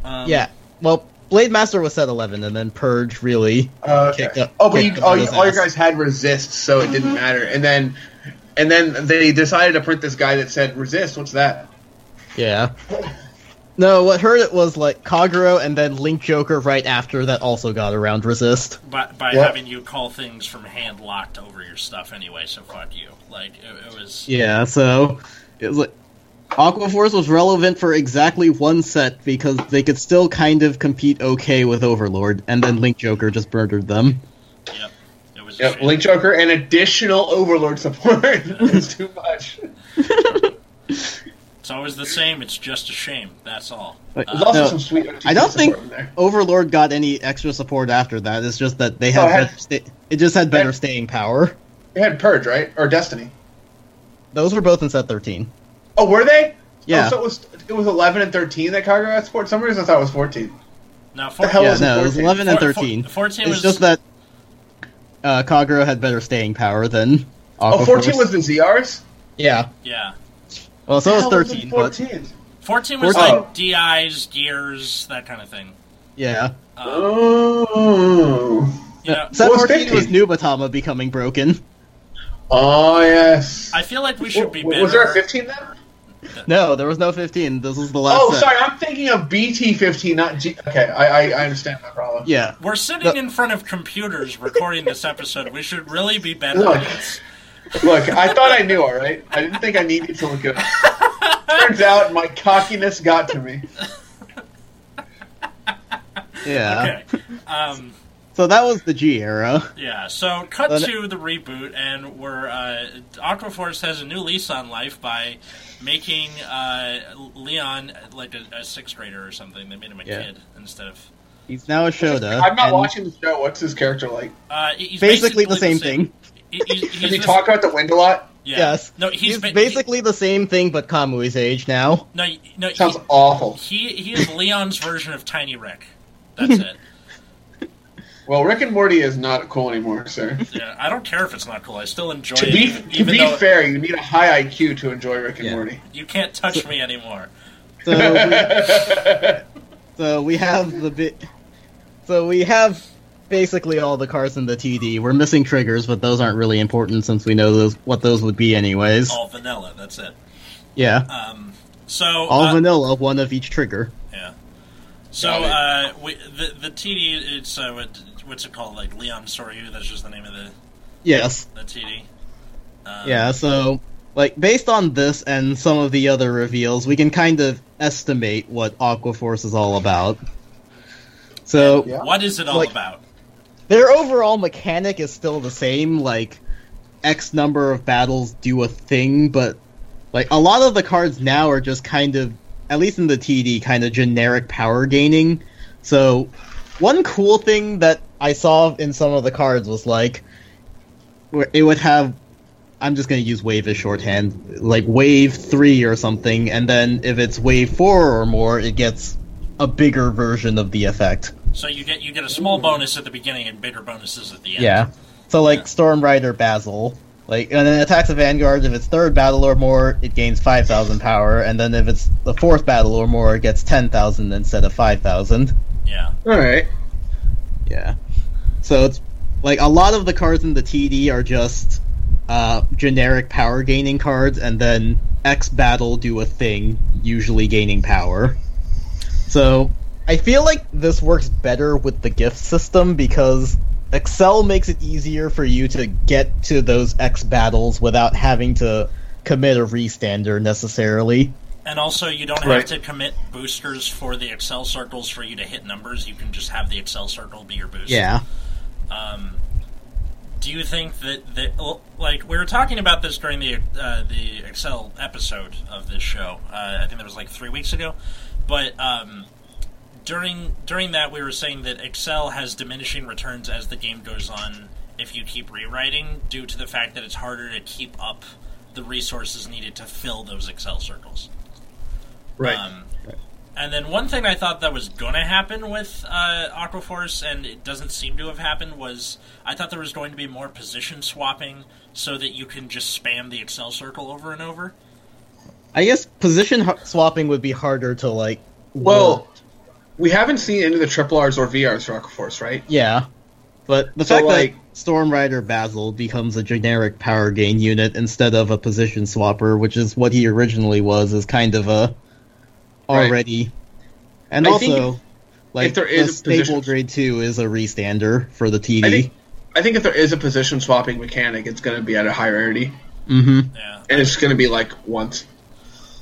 Um, yeah. Well, Blade Master was set 11, and then Purge really. Uh, Kicked up- oh, but you, kicked all, his you, all you ass. guys had resist, so it didn't matter. And then, and then they decided to print this guy that said resist. What's that? Yeah. No, what hurt it was like Kaguro and then Link Joker right after that also got around resist. By, by Yeah. having you call things from hand locked over your stuff anyway, so fuck you. Like it, it was. Yeah, so it was like Aquaforce was relevant for exactly one set because they could still kind of compete okay with Overlord, and then Link Joker just murdered them. Yep. It was. a Yep, shame. Link Joker and additional Overlord support. It's too much. It's always the same. It's just a shame. That's all. Uh, Like, There's also no, some sweet. OTT I don't think support in there. Overlord got any extra support after that. It's just that they had, Oh, had- better sta- it just had better had- staying power. they had Purge, right, or Destiny? Those were both in set thirteen. Oh, were they? Yeah. Oh, so it was it was eleven and thirteen that Kagura had support. Some reason I thought it was fourteen. Now, The for, hell yeah, was no, it was 14? eleven and for- for- thirteen. Fourteen it's was just that uh, Kagura had better staying power than Oh, Aquaforce. 14 was the ZRs. yeah. yeah. Well, so was Hell, it thirteen, but 14. 14 was 14. like DIs, gears, that kind of thing. yeah. Um, Oh. you know, Set Well, it's 14 was 15. Nubatama becoming broken. Oh yes. I feel like we should be better. was there a fifteen then? No, there was no 15. This was the last. Oh, set. sorry. I'm thinking of BT fifteen, not G. Okay, I I, I understand that problem. Yeah. We're sitting in front of computers recording this episode. We should really be better. Look. at this. Look, I thought I knew. All right, I didn't think I needed to look it up. Turns out my cockiness got to me. Yeah. Okay. Um, So that was the G era. yeah. So cut But- to the reboot, and we're uh, Aquaforce has a new lease on life by making uh, Leon like a, a sixth grader or something. They made him a Yeah. kid instead of. He's now a Shoda. I'm not and watching the show. What's his character like? Uh, he- he's Basically, the same thing. He- he's- he's Does he the- talk out the wind a lot? Yeah. Yes. No, he's, He's, ba- basically the same thing, but Kamui's age now. he- no, no. he- Sounds awful. He he is Leon's version of Tiny Rick. That's it. Well, Rick and Morty is not cool anymore, sir. Yeah, I don't care if it's not cool. I still enjoy to it. be even to even be though fair, you need a high IQ to enjoy Rick and Yeah. Morty. you can't touch me anymore. So we, so we have the bit. So we have basically all the cars in the TD. We're missing triggers, but those aren't really important since we know those what those would be anyways. All vanilla. That's it. Yeah. Um. So All uh, vanilla, one of each trigger. Yeah. So Got it. uh, we, the the TD it's uh, what, what's it called? Like Leon Soryu. That's just the name of the Yes. the TD. Um, Yeah, so like based on this and some of the other reveals, we can kind of estimate what Aquaforce is all about. So Yeah. What is it all Like- about? their overall mechanic is still the same, like X number of battles do a thing, but like a lot of the cards now are just kind of at least in the TD kind of generic power gaining. So one cool thing that I saw in some of the cards was like where it would have I'm just going to use wave as shorthand, like wave 3 or something and then if it's wave 4 or more it gets a bigger version of the effect. So you get you get a small bonus at the beginning and bigger bonuses at the end. Yeah. So like Storm Rider Basil. Like and then attacks a vanguard, if it's third battle or more, it gains five thousand power, and then if it's the fourth battle or more, it gets ten thousand instead of five thousand. Yeah. All right. Yeah. So it's like a lot of the cards in the TD are just uh, generic power gaining cards, and then X battle do a thing, usually gaining power. So I feel like this works better with the gift system because Excel makes it easier for you to get to those X battles without having to commit a restander necessarily. And also, you don't Right. have to commit boosters for the Excel circles for you to hit numbers. You can just have the Excel circle be your boost. Yeah. Um, do you think that that well, like we were talking about this during the uh, the Excel episode of this show? Uh, I think that was like three weeks ago, but um, during during that we were saying that Excel has diminishing returns as the game goes on if you keep rewriting due to the fact that it's harder to keep up the resources needed to fill those Excel circles. Right. Um, And then one thing I thought that was going to happen with uh, Aquaforce, and it doesn't seem to have happened, was I thought there was going to be more position swapping so that you can just spam the Excel circle over and over. I guess position h- swapping would be harder to like. well, work. we haven't seen any of the triple R's or VRs for Aquaforce, right? Yeah. But the So, fact like- that Storm Rider Basil becomes a generic power gain unit instead of a position swapper, which is what he originally was, is kind of a Right. already. And I think also, like there the is staple positions- grade two is a restander for the TD. I think I think if there is a position swapping mechanic, it's going to be at a high rarity, hmm Yeah. and it's going to be like once.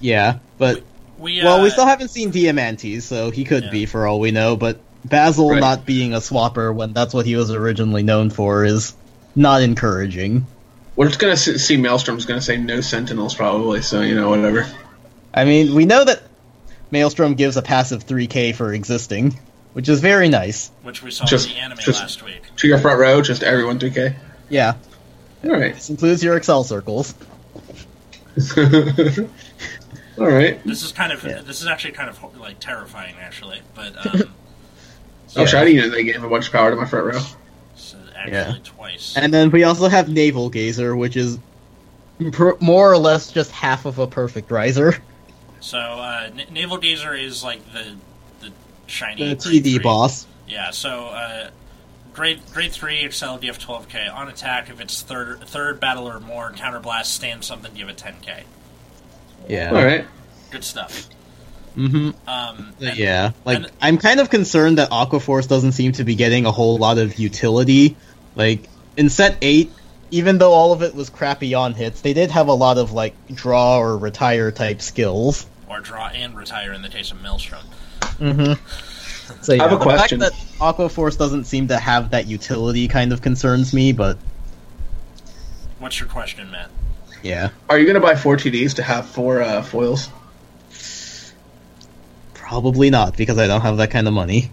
Yeah, but We, well, we uh, still haven't seen Diamantes, so he could Yeah. be for all we know. But Basil Right. not being a swapper when that's what he was originally known for is not encouraging. We're just going to see Maelstrom's going to say no Sentinels probably, so you know whatever. I mean, we know that Maelstrom gives a passive 3k for existing, which is very nice. which we saw Just- in the anime just- last week. To your front row, just everyone 3K. Yeah, All right. this includes your Excel circles. All right. This is kind of this is actually kind of like terrifying, actually. But um, Oh, Shiny unit, they gave a bunch of power to my front row. so actually Yeah. twice. And then we also have Naval Gazer, which is pr- more or less just half of a perfect riser. so uh, N- Naval Gazer is like the the shiny The grade three. TD boss. Yeah, so uh, grade grade three excel DF twelve K on attack if it's third third battle or more counterblast stand something give it ten K. Yeah. All right. Good stuff. hmm Um, and- Yeah. Like and- I'm kind of concerned that Aquaforce doesn't seem to be getting a whole lot of utility. Like in set 8, even though all of it was crappy on hits, they did have a lot of like draw or retire type skills. or draw and retire in the case of Maelstrom. Mm-hmm. So yeah, have a the question. fact that Aqua Force doesn't seem to have that utility kind of concerns me, but What's your question, Matt? yeah, Are you going to buy four TDs to have four uh, foils? probably not because I don't have that kind of money.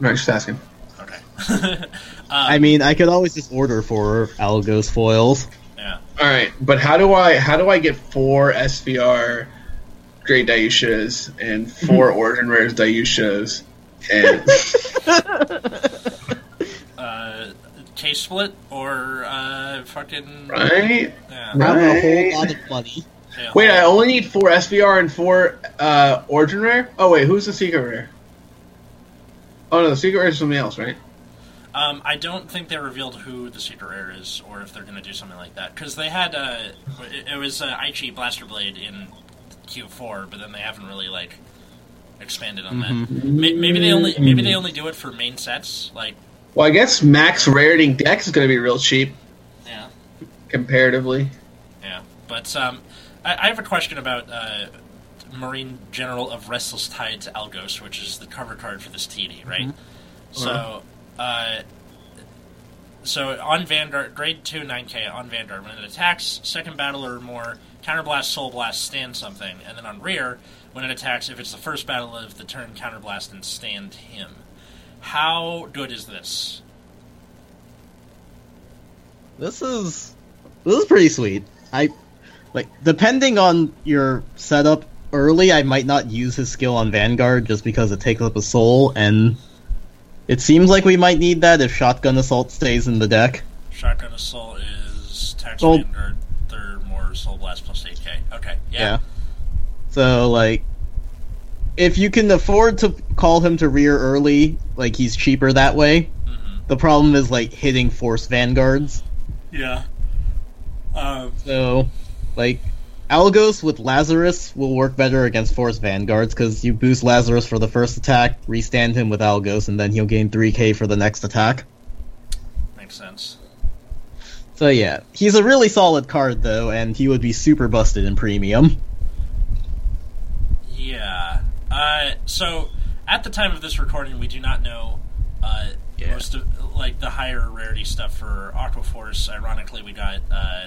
No, just asking. Okay. I mean, I could always just order for Algo's foils. yeah. All right, but how do I how do I get four SVR Great Dayushas and four Origin Rares Dayushas and Uh, case split or uh, fucking. right? Yeah. I have a Right. whole lot of money. yeah. Wait, I only need four SVR and four uh, Origin Rare. Oh wait, who's the Secret Rare? Oh no, the Secret Rare is something else, right? Um, I don't think they revealed who the secret rare is, or if they're going to do something like that. Because they had uh, it- it was uh, Aichi Blaster Blade in Q4, but then they haven't really like expanded on Mm-hmm. that. May- Maybe they only maybe they only do it for main sets. Like, Well, I guess max rarity deck is going to be real cheap yeah, comparatively. yeah. But um, I, I have a question about uh, Marine General of Restless Tides Algos, which is the cover card for this TD, right? So, uh, so on Vanguard, grade 2 9k on Vanguard, when it attacks second battle or more, counterblast, soul blast, stand something. And then on rear, when it attacks, if it's the first battle of the turn, counterblast and stand him. How good is this? This is this is pretty sweet. I like depending on your setup early, I might not use his skill on Vanguard just because it takes up a soul, and it seems like we might need that if Shotgun Assault stays in the deck. Shotgun Assault is tax Soul- Vanguard, third more, soul blast plus 8k. Okay, yeah. So like, if you can afford to call him to rear early, like he's cheaper that way. Mhm. The problem is like hitting Force Vanguards. Yeah. Um, So, like, Algos with Lazarus will work better against Force Vanguards because you boost Lazarus for the first attack, restand him with Algos, and then he'll gain 3k for the next attack. makes sense. So, yeah, he's a really solid card, though, and he would be super busted in premium. Yeah. Uh, so at the time of this recording, we do not know uh, Yeah. most of like the higher rarity stuff for Aquaforce. Ironically, we got uh,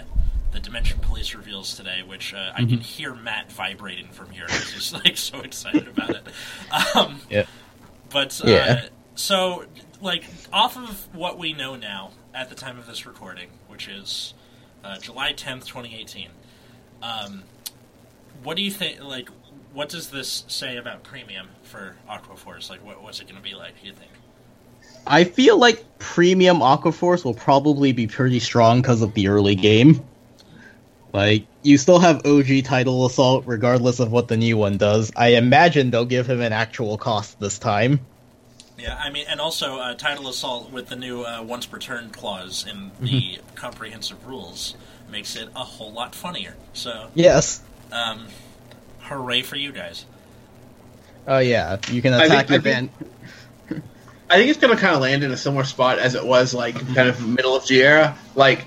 the Dimension Police reveals today, which uh, I Mm-hmm. can hear Matt vibrating from here. He's just like so excited about it. Um, Yeah. But uh, Yeah. so like off of what we know now at the time of this recording, which is uh, July tenth, twenty eighteen. Um, what do you think? Like, what does this say about premium for Aquaforce? Like, what, what's it going to be like? Do you think? I feel like premium Aquaforce will probably be pretty strong because of the early game. Like, you still have OG Title Assault regardless of what the new one does. I imagine they'll give him an actual cost this time. Yeah, I mean, and also uh, Tidal Assault with the new uh, once per turn clause in the comprehensive rules makes it a whole lot funnier. So, Yes. um, hooray for you guys! Oh yeah, you can I attack think- I your van. think- I think it's going to kind of land in a similar spot as it was, like kind of middle of the era. Like,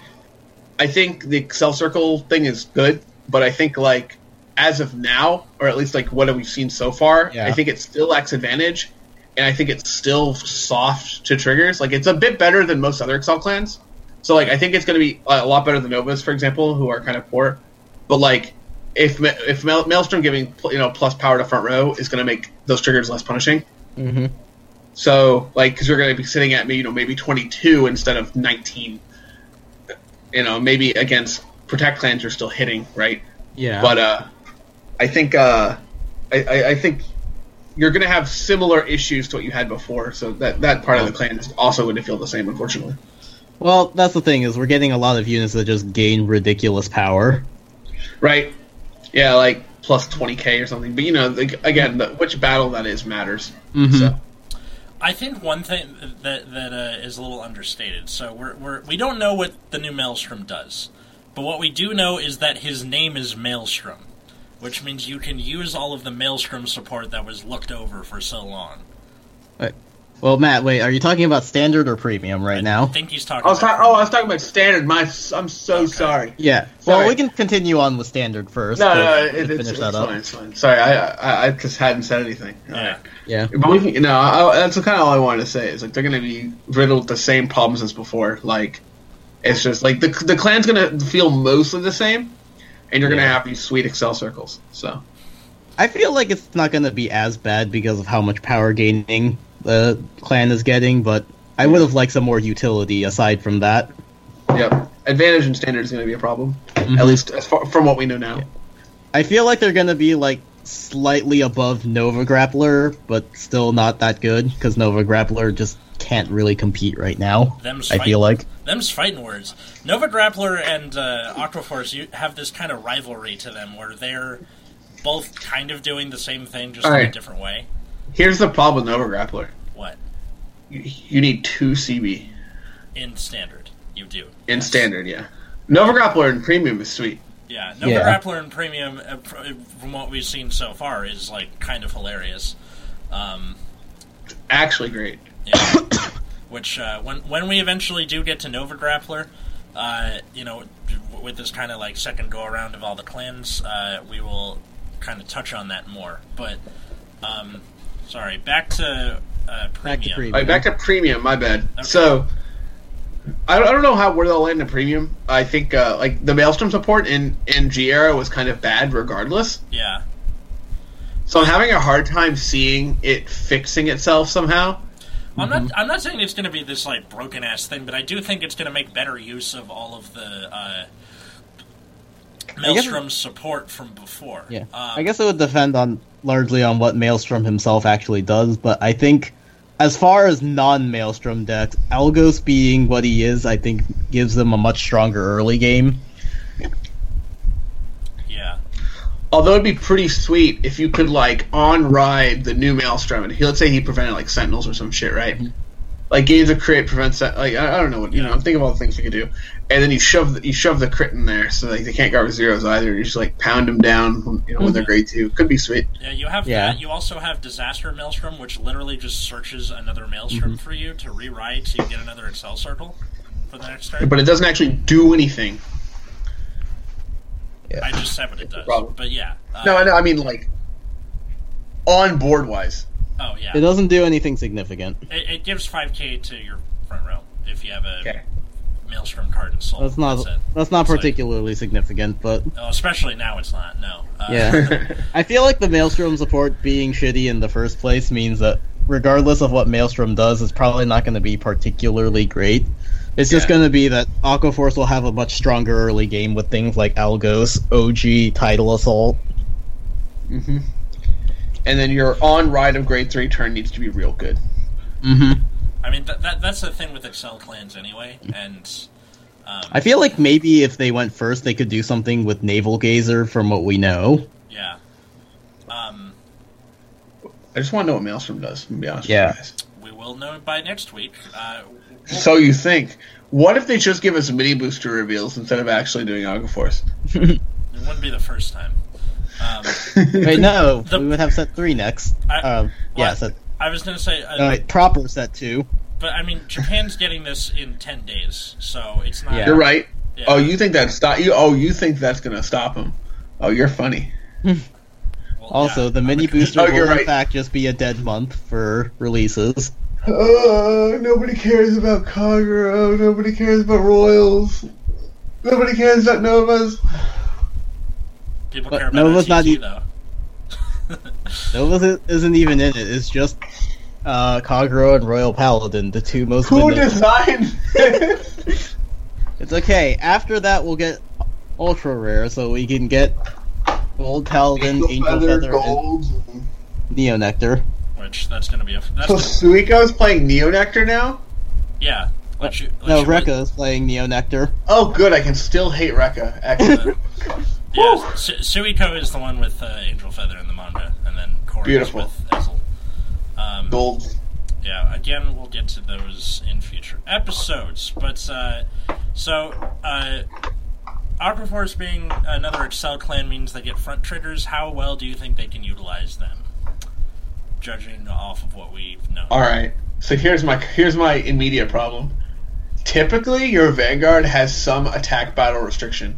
I think the self circle thing is good, but I think like as of now, or at least like what we've seen so far, Yeah. I think it still lacks advantage, and I think it's still soft to triggers. Like, it's a bit better than most other Excel clans. So like, I think it's going to be a lot better than Novas, for example, who are kind of poor. But like, if Ma- if Mael- Maelstrom giving pl- you know plus power to front row is going to make those triggers less punishing. Mhm. So, like, because you're going to be sitting at me, you know, maybe 22 instead of 19. You know, maybe against protect clans you're still hitting, right? Yeah. But uh, I think uh, I, I, I think you're going to have similar issues to what you had before. So that that part of the clan is also going to feel the same, unfortunately. well, that's the thing is we're getting a lot of units that just gain ridiculous power. Right? Yeah, like plus 20k or something. But you know, like, again, the, which battle that is matters. Mm-hmm. So. I think one thing that that uh, is a little understated. So we're, we're we don't know what the new Maelstrom does, but what we do know is that his name is Maelstrom, which means you can use all of the Maelstrom support that was looked over for so long. Well, Matt, wait, are you talking about standard or premium right I now? think he's talking. I was about ta- oh, I was talking about standard. My, s- I'm so sorry. Yeah. Sorry. Well, we can continue on with standard first. No, to- no, it, to it's, finish it's that up. fine. It's fine. Sorry, I, I, I just hadn't said anything. Yeah. Yeah. But we can, no, I, that's kind of all I wanted to say. Is like they're going to be riddled with the same problems as before. Like it's just like the the clan's going to feel mostly the same, and you're going to Yeah. have these sweet Excel circles. So I feel like it's not going to be as bad because of how much power gaining the clan is getting, but I would have liked some more utility aside from that. yep, advantage and standard is going to be a problem. Mhm. At least as far, from what we know now. I feel like they're going to be like slightly above Nova Grappler, but still not that good because Nova Grappler just can't really compete right now. Them's I feel fighting- like. Them's fighting words. Nova Grappler and uh, Aquaforce you have this kind of rivalry to them where they're both kind of doing the same thing, just in a Alright. different way. Here's the problem with Nova Grappler. What You, you need two CB in standard you do? in standard. Yeah, Nova Grappler in premium is sweet. Yeah, Nova Yeah. Grappler and Premium, uh, fr- from what we've seen so far, is like kind of hilarious. Um, Actually, great. yeah. Which uh, when when we eventually do get to Nova Grappler, uh, you know, w- with this kind of like second go around of all the clans, uh, we will kind of touch on that more. But um, sorry, back to uh, Premium. Back to premium. All right, back to premium. My bad. So, I don't, I don't know how where they'll land in premium. I think uh, like the Maelstrom support in in G era was kind of bad, regardless. Yeah, So I'm having a hard time seeing it fixing itself I'm somehow. not. I'm Mm-hmm. not saying it's going to be this like broken ass thing, but I do think it's going to make better use of all of the uh, Maelstrom support from before. Yeah. Um, I guess it would depend on largely on what Maelstrom himself actually does, but I think as far as non Maelstrom decks, Algos being what he is, I think gives them a much stronger early game. Yeah. Although it'd be pretty sweet if you could like on ride the new Maelstrom and he, let's say he prevented like Sentinels or some shit, right? Like games of crit prevents that. Like I, I don't know what you know. I'm thinking of all the things you could do, and then you shove the, you shove the crit in there, so like they can't guard with zeros either. You just like pound them down, when, you know, when they're grade two. Could be sweet. Yeah. You have Yeah. that. You also have Disaster Maelstrom, which literally just searches another Maelstrom Mm-hmm. for you to rewrite, so you get another Excel circle for the next turn. but it doesn't actually do anything. I just said what it does. problem. But yeah. Uh, No, no, I mean like on board wise. Oh yeah. It It, doesn't do anything significant. it gives 5k to your front row if you have a Okay. Maelstrom card and soul. That's not That's it. that's not It's like- particularly significant, but Oh, especially now, it's not. No. Uh, yeah. I feel like the Maelstrom support being shitty in the first place means that regardless of what Maelstrom does, it's probably not going to be particularly great. It's just Yeah. going to be that Aquaforce will have a much stronger early game with things like Algos, OG, Tidal Assault. And then your on ride of grade three turn needs to be real good. Mm-hmm. I mean, that, that that's the thing with Excel clans anyway, and I feel like maybe if they went first, they could do something with Naval Gazer from what we know. yeah, um, I just want to know what Maelstrom does. To be honest, Yeah. With you guys. we will know by next week. Uh, So you think? What if they just give us mini booster reveals instead of actually doing Aqua Force? it wouldn't be the first time. Um, Wait, no, The- we would have set three next. I- uh, yeah, what? set, I was gonna say, uh, all right, proper set two. but I mean, Japan's getting this in ten days, so it's not. Yeah. You're right. Yeah. Oh, you think that stop you? Oh, you think that's gonna stop him? Oh, you're funny. well, Also, yeah. the mini booster Oh, will you're in right. fact just be a dead month for releases. Uh, nobody cares about Kagura. Nobody cares about Royals. Nobody cares about Novas. people but care about Nova's OTT, not e- though. Nova is- isn't even in it. It's just uh, Kagura and Royal Paladin, the two most. Who window- designed this? it's okay. After that, we'll get ultra rare, so we can get Gold Paladin, Angel, Feather, Gold. and Neo Nectar. Which that's gonna be a that's So gonna- Suiko's playing Neo Nectar now? yeah. Which, you- which No, you would- Rekka is playing Neo Nectar. Oh, good. I can still hate Rekka. Excellent. Yeah, Su- Suiko is the one with uh, Angel Feather in the manga, and then Corey is Beautiful. with Ezel. Um, Gold. yeah, again, we'll get to those in future episodes. But uh, so, uh, Aqua Force being another Excel clan means they get front triggers. How well do you think they can utilize them? Judging off of what we've known. All right. So here's my here's my immediate problem. Typically, your vanguard has some attack battle restriction,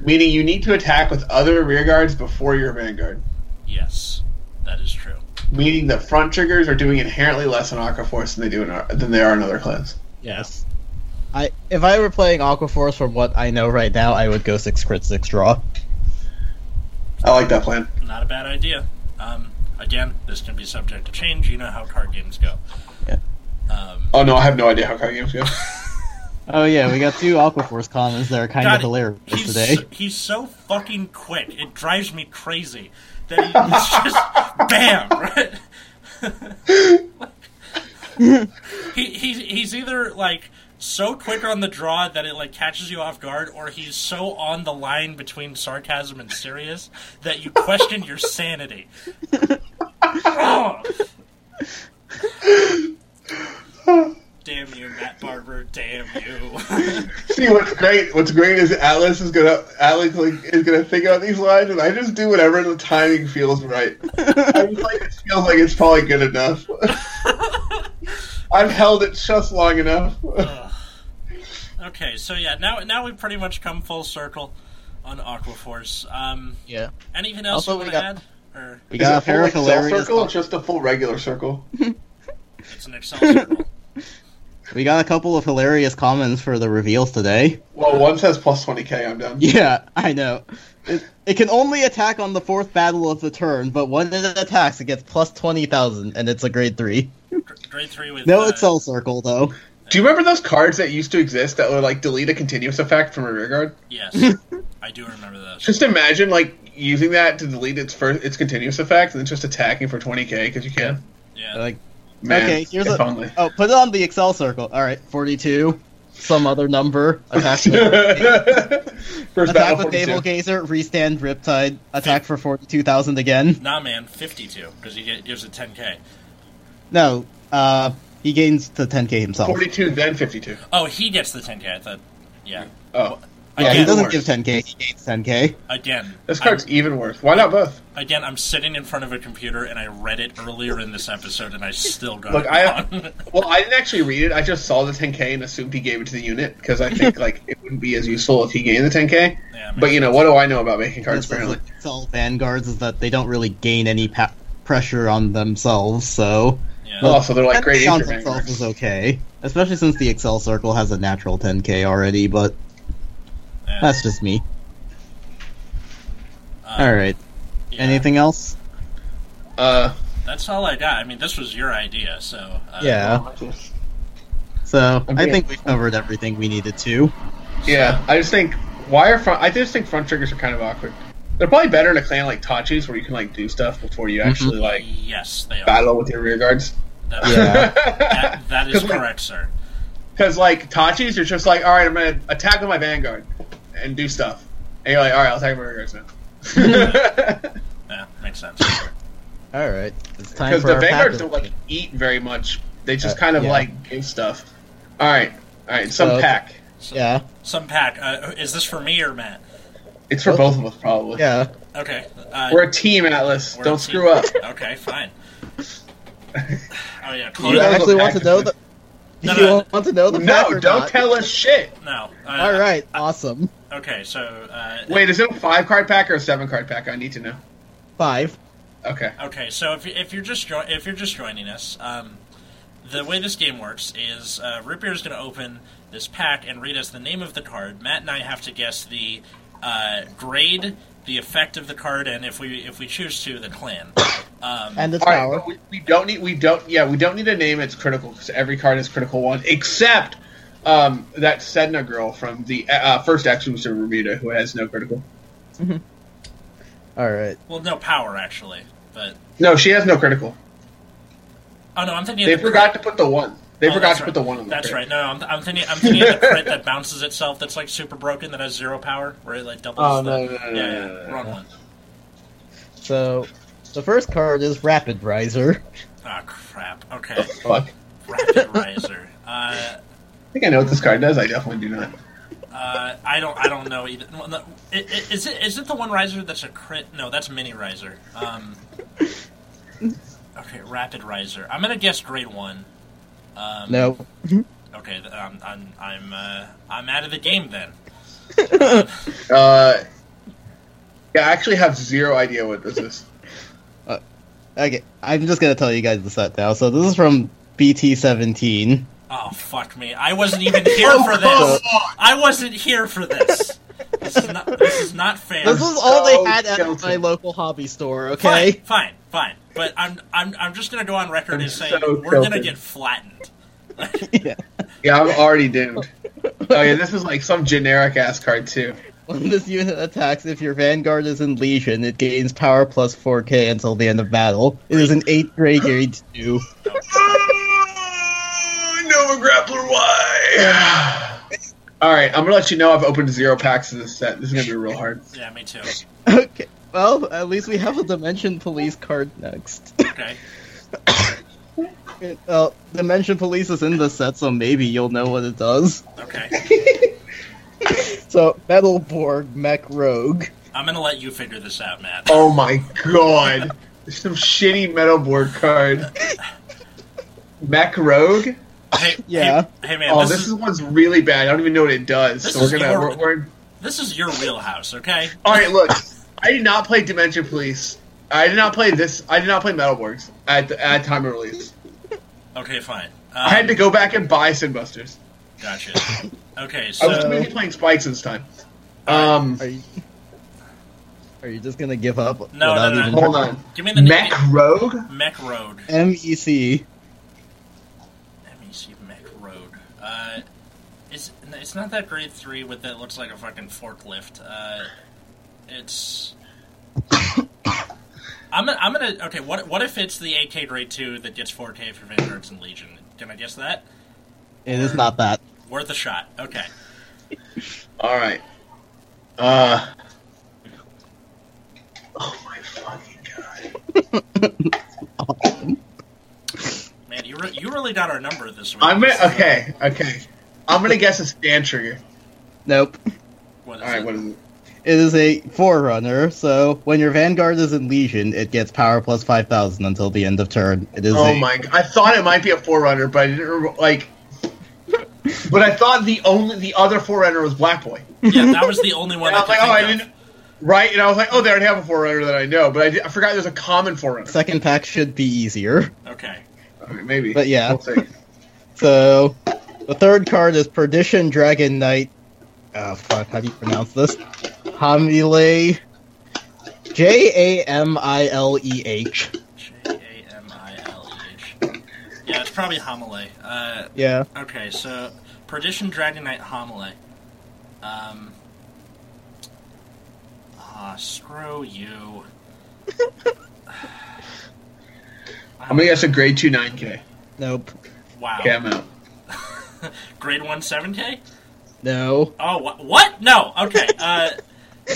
meaning you need to attack with other rearguards before your vanguard. Yes, that is true. Meaning that front triggers are doing inherently less in Aqua Force than they do in our, than they are in other clans. Yes. I if I were playing Aquaforce from what I know right now, I would go six crit six draw. I like that plan. Not a bad idea. Um, again, this can be subject to change. You know how card games go. Yeah. Um, Oh no, I have no idea how card games go. Oh yeah, we got two Aquaforce commons that are kind God, of hilarious he's, today. so- He's so fucking quick. It drives me crazy that he- he's just bam. Right? he, he's he's either like so quick on the draw that it like catches you off guard, or he's so on the line between sarcasm and serious that you question your sanity. Oh. Damn you, Matt Barber. Damn you. See what's great? What's great is Atlas is gonna Atlas like, is gonna think out these lines, and I just do whatever the timing feels right. I just like it feels like it's probably good enough. I've held it just long enough. Okay, so yeah, now now we've pretty much come full circle on Aquaforce. Um, Yeah. anything else Also, you we want to got- add? Or We Is it got a a full pair of Excel hilarious circle or just a full regular circle? it's an Excel circle. We got a couple of hilarious commons for the reveals today. Well, one says plus twenty k. I'm done. Yeah, I know. It, it can only attack on the fourth battle of the turn, but when it attacks, it gets plus 20,000, and it's a grade 3. Gr- Grade three with No uh, Excel circle, though. Do you remember those cards that used to exist that would like delete a continuous effect from a rear guard? Yes, I do remember those. Just imagine like using that to delete its first its continuous effect and then just attacking for twenty k because you can. Yeah, Like, Man, okay, here's if a. only. Oh, put it on the Excel circle. Alright, 42. Some other number. Attack with, First battle attack with 42. Naval Gazer, restand Riptide, attack for 42,000 again. nah, man, fifty-two because he get, gives it ten k. No, uh, he gains the 10k himself. 42, then 52. Oh, he gets the ten k. I thought. Yeah, Oh. yeah, he Again. doesn't worse. give 10k, he gains 10k. again. This I'm- card's even worse. Why not both? again. I'm sitting in front of a computer and I read it earlier in this episode and I still got Look, it I- wrong. Well, I didn't actually read it. I just saw the 10K and assumed he gave it to the unit because I think like it wouldn't be as useful if he gained the 10K. Yeah, makes But you know, what do I know about making cards? This is Apparently, what they tell vanguards is that they don't really gain any pa- pressure on themselves, so yeah. well, also Oh, they're like Ten great K on Aether themselves is Vanguards. okay, especially since the Excel circle has a natural 10k already. But yeah. that's just me. Um, All right, yeah. anything else? Uh, That's all I got. I mean, this was your idea, so uh, Yeah. So I Okay. think we've covered everything we needed to. yeah. I just think why are front? I just think front triggers are kind of awkward. They're probably better in a clan like Tachi's where you can like do stuff before Mm-hmm. you actually like Yes, they are. battle with your rear guards. That, Yeah. that- that is Cause like- correct, sir. Because like Tachi's, you're just like, all right, I'm gonna attack with my vanguard and do stuff, and you're like, all right, I'll attack with my vanguards now. Yeah, makes sense. All right, it's time Because for the our vanguards packet. don't like eat very much; they just Uh, kind of yeah. like give stuff. All right, all right, some So- pack. Yeah, Some pack. Uh, is this for me or Matt? It's for both of us, probably. yeah. Okay. Uh, We're a team, Atlas. we're a team. don't screw up. Okay, fine. Oh yeah, Do you close. guys actually will want to pack know this the? Do No, you no. want to know the? pack no, or don't not? tell us shit. No. Uh, All right, awesome. Okay, so uh, Wait, is it a five card pack or a seven card pack? I need to know. Five. Okay. Okay, so if, if you're just jo- if you're just joining us, um, the way this game works is uh, Rootbeer is going to open this pack and read us the name of the card. Matt and I have to guess the uh, grade, the effect of the card, and if we if we choose to, the clan. Um, And its All right, power. but we, we don't need we don't yeah we don't need to name its critical because every card is critical one except um, that Sedna girl from the uh, first action Mr. Bermuda who has no critical. All right. well, no power actually, but No, she has no critical. oh no, I'm thinking They of the forgot to put the one. They Oh, forgot that's to right. put the one on. The That's crit. right. No, I'm, I'm thinking. I'm thinking of the crit that bounces itself. That's like super broken. That has zero power. Where it like doubles. Oh, the, no, no, no, no, yeah, no, yeah, no, no, wrong no. one. So the first card is Rapid Riser. Ah, crap. Okay, Fuck. rapid riser. Uh, I think I know what this card does. I definitely do not. Uh, I don't. I don't know either. Well, no, i- i- Is it is it the one riser that's a crit? No, that's mini riser. Um, Okay, Rapid Riser. I'm gonna guess grade one. Um, No. Okay, th- I'm I'm I'm, uh, I'm out of the game then. Uh, yeah, I actually have zero idea what this is. Okay, I'm just gonna tell you guys the set now. So this is from BT17. Oh fuck me! I wasn't even here for this. I wasn't here for this. This is not. This is not fair. This was all so they had at guilty. my local hobby store. fine, Okay. fine, fine. But I'm I'm I'm just gonna go on record I'm as saying so we're gonna tilted. get flattened. yeah. Yeah, I'm already doomed. Oh yeah, this was like some generic ass card too. When this unit attacks, if your vanguard is in Legion, it gains power plus 4k until the end of battle. It is an 8th grade grade 2. Nova Grappler, why? All right, I'm gonna let you know I've opened zero packs in this set. This is gonna be real hard. Yeah, me too. Okay. Well, at least we have a Dimension Police card next. Okay. well, Dimension Police is in the set, so maybe you'll know what it does. Okay. So, Metalborg Mech Rogue. I'm gonna let you figure this out, Matt. Oh my god, There's some shitty metal board card. Mech Rogue. Hey, Yeah. Hey, hey, man. Oh, this, this is, is one's really bad. I don't even know what it does. This So we're is gonna. your- We're, we're... this is your wheelhouse. Okay. All right, look. I did not play Dimension Police. I did not play this. I did not play Metalworks at the, at time of release. Okay. Fine. Um, I had to go back and buy Sin Busters. Gotcha. Okay. I was too So busy playing Spikes this time. Um, Are you, are you just gonna give up? No, without no, no. even- hold on. give me the Mech Rogue. name. Mech Road. E MEC. MEC Mech Road. Uh, it's it's not that grade three with that looks like a fucking forklift. Uh, it's. I'm gonna, I'm gonna okay. What what if it's the AK grade two that gets 4K for Vanguards and Legion? Can I guess that? It is not that. Worth a shot. Okay. All right. Uh. Oh my fucking god. Man, you, re- you really got our number this week. I'm This gonna. is- Okay. Okay. I'm gonna guess it's Dan Trigger. Nope. What is All right. it? What is it? It is a forerunner, so when your vanguard is in Legion, it gets power plus five thousand until the end of turn. It is Oh a- my! g- I thought it might be a forerunner, but I didn't remember, like. But I thought the only the other forerunner was Black Boy. And yeah, that was the only one. I was could like, oh, I think of. didn't. Right, and I was like, oh, they already have a forerunner that I know, but I, did, I forgot there's a common forerunner. Second pack should be easier. Okay. Okay, maybe, But yeah. We'll see. So the third card is Perdition Dragon Knight. Oh fuck! How do you pronounce this? Hamile. J A M I L E H. J A M I L E H. Yeah, it's probably Homile. Uh, Yeah. okay, so Perdition Dragon Knight Homile. Um. Ah, screw you. I'm gonna guess a grade two nine k. Nope. Wow. Okay, I'm out. Grade one seven K. No. Oh, wha what? No. Okay. Uh.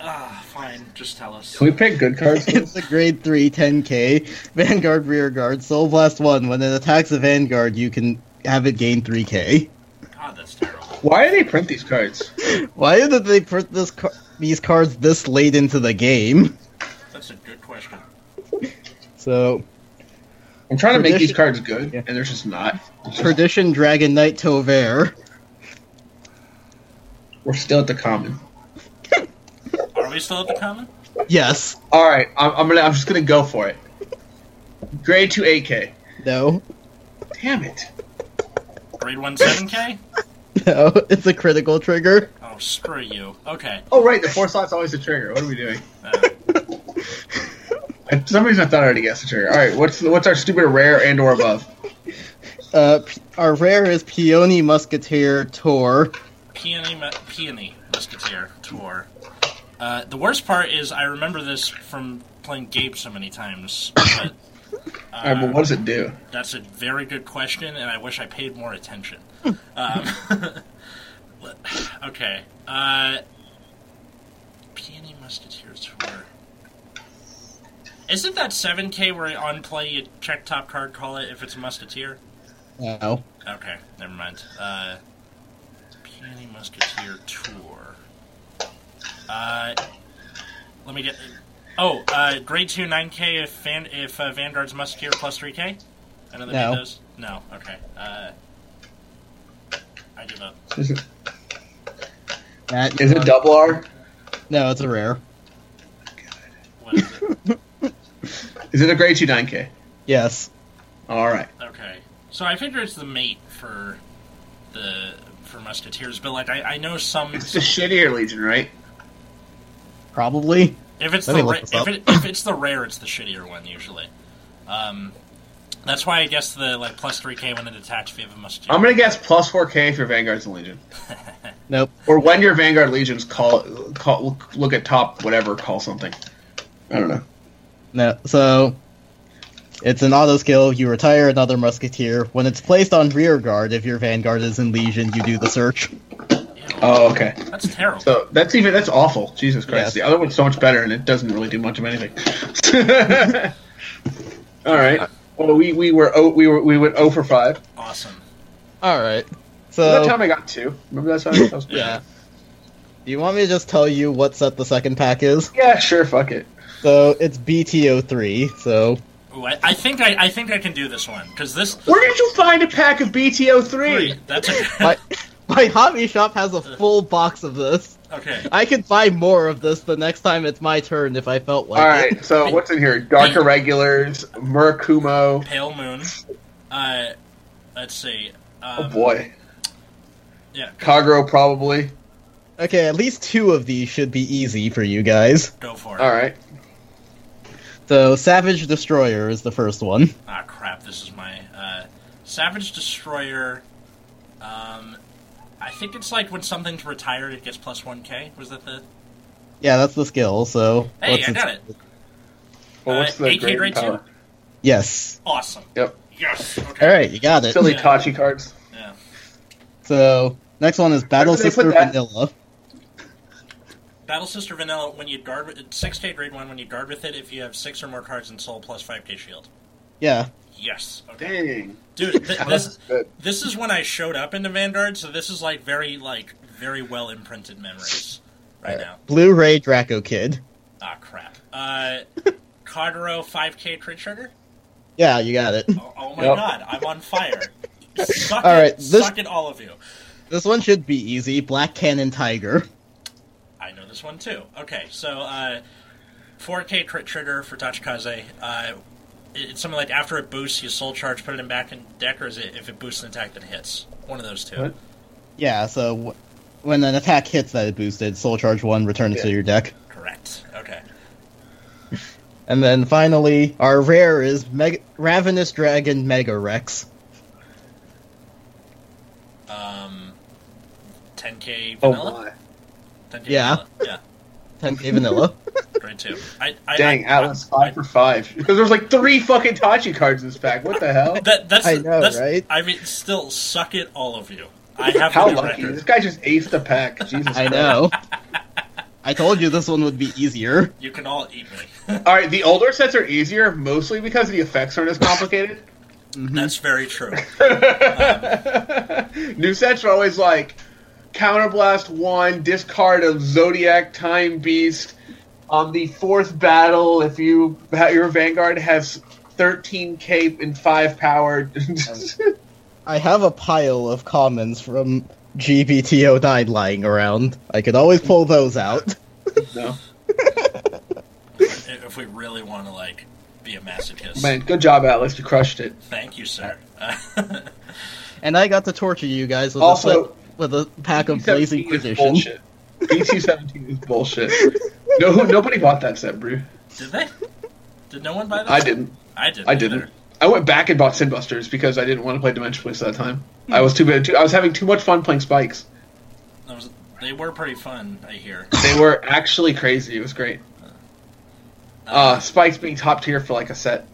Ah, fine. Just tell us. Can we pick good cards? It's a grade 3 10k Vanguard Rear Guard Soul Blast 1. When it attacks a Vanguard, you can have it gain 3k. God, that's terrible. Why do they print these cards? Why did they put this car- these cards this late into the game? That's a good question. So, I'm trying to make these Perdition- cards good, Yeah. and they're just not. Perdition Dragon Knight Tover. We're still at the common. Are we still at the common? Yes. All right, I'm, I'm gonna. I'm just gonna go for it. Grade two eight k. No. Damn it. Grade one seven K. No. It's a critical trigger. Oh, screw you. Okay. Oh right, the four slot's always the trigger. What are we doing? Uh, For some reason, I thought I already guessed the trigger. All right, what's what's our stupid rare and or above? Uh, p- our rare is Peony Musketeer Tor. Peony, mu- peony Musketeer Tour. Uh, the worst part is I remember this from playing Gabe so many times, but All right, but what does it do? that's a very good question, and I wish I paid more attention. Um, let- okay. Uh, peony Musketeer Tour. Isn't that 7K where on play you check top card, call it if it's Musketeer? No. Okay, never mind. Uh, Peony Musketeer Tour. Uh, let me get. Oh, uh, grade two nine k if Van, if uh, Vanguard's musketeer plus three k. I know they No. made those. No. Okay. Uh, I give up. Is it, Matt, you is it want- double R? No, it's a rare. What is it? Is it a grade two nine K? Yes. All right. Okay. So I figure it's the mate for the for musketeers, but like I, I know some. It's the shittier Legion, right? Probably. If it's Let the me look ra- this if, up. it, if it's the rare, it's the shittier one usually. Um, that's why I guess the like plus three k when it attacks if you have a musketeer. I'm gonna guess plus four K if your Vanguard's a Legion, Nope. or when your Vanguard Legions call call look at top whatever call something. I don't know. No. So it's an auto skill. You retire another musketeer. When it's placed on rear guard, if your vanguard is in legion, you do the search. Oh, okay. That's terrible. So that's even that's awful. Jesus Christ. Yes. The other one's so much better, and it doesn't really do much of anything. All Uh, right. Well, we we were oh, we were we went zero for five. awesome. All right. that So time I got two. Remember that time? That was yeah. Do you want me to just tell you what set the second pack is? Yeah. Sure. Fuck it. So it's BTO3. So Ooh, I, I think I, I think I can do this one because this Where did you find a pack of BTO three? that's a, my, my hobby shop has a full box of this. okay. I could buy more of this the next time it's my turn if I felt like All it. right. So what's in here? Dark Irregulars, Murkumo. Pale moon. Uh, let's see. Oh Um, boy. yeah, Kagro probably. Okay, at least two of these should be easy for you guys. go for it. All right. So Savage Destroyer is the first one. Ah, crap. This is my uh, savage destroyer. Um, I think it's like when something's retired, it gets plus one k. Was that the Yeah, that's the skill. So Hey, what's I its- got it. Well, what's Uh, the AK grade grade grade two? power? Yes. Awesome. Yep. Yes. Okay. All right, you got it. Silly Yeah. Tachi cards. Yeah. So next one is Battle Where did they Sister put that? Vanilla. Battle Sister Vanilla. When you guard with six k grade one, when you guard with it, if you have six or more cards in soul, plus five k shield. Yeah. Yes. Okay. Dang. Dude, th- this Good. this is when I showed up into Vanguard, so this is like very like very well imprinted memories right now. Blu-ray Draco Kid. Ah, crap. Uh, Cardero 5K crit trigger. Yeah, you got it. Oh, oh my Yep. god, I'm on fire. suck All it, right, this- suck it, all of you. This one should be easy. Black Cannon Tiger. I know this one too. Okay, so uh, 4K crit trigger for Tachikaze. Uh, it- it's something like after it boosts, you soul charge, put it in back in deck, or is it if it boosts an attack that hits? One of those two. What? Yeah. So w- when an attack hits that it boosted, Soul Charge one, return it to Yeah. your deck. Correct. Okay. And then finally, our rare is Meg- Ravenous Dragon Mega Rex. Um, 10K Oh vanilla. my. 10K Yeah. vanilla. Yeah. 10k vanilla. Grade two. I, I, Dang, I, Atlas five for five. Because there's like three fucking Tachi cards in this pack. What the hell? That, that's I know, that's, right? I mean, still suck it, all of you. I have How the lucky! This record. guy just aced the pack. Jesus. I know. I told you this one would be easier. You can all eat me. All right, the older sets are easier, mostly because the effects aren't as complicated. that's very true. New sets are always like counterblast one, discard of Zodiac Time Beast. On the fourth battle, if you your vanguard has thirteen cape and five power, I have a pile of comments from GBTO9 lying around. I could always pull those out. no if we really want to like be a masochist, man, good job, Atlas, you crushed it. thank you, sir. Uh, And I got to torture you guys with, Also- a, set- with a pack of Blazing BT-17 is Perdition. bullshit. BT seventeen is bullshit. No, nobody bought that set, Brew. Did they? Did no one buy that? I didn't. I didn't. I didn't. either. I went back and bought Sinbusters because I didn't want to play Dimension Police at that time. I was too bad. Too, I was having too much fun playing Spikes. That was- they were pretty fun. I hear. They were actually crazy. It was great. Uh, Spikes being top tier for like a set.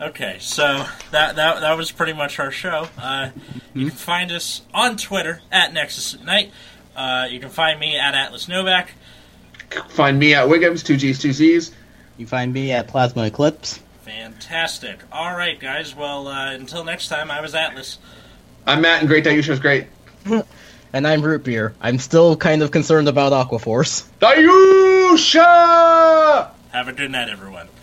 Okay, so that that, that was pretty much our show. Uh, you can find us on Twitter at Nexus at Night. Uh, you can find me at Atlas Novak. Find me at Wiggums, two G's, two Z's. You find me at Plasma Eclipse. Fantastic. All right, guys. Well, uh, until next time, I was Atlas. I'm Matt, and Great Dayusha is great. And I'm Root Beer. I'm still kind of concerned about Aquaforce. Dayusha! Musha! Have a good night, everyone.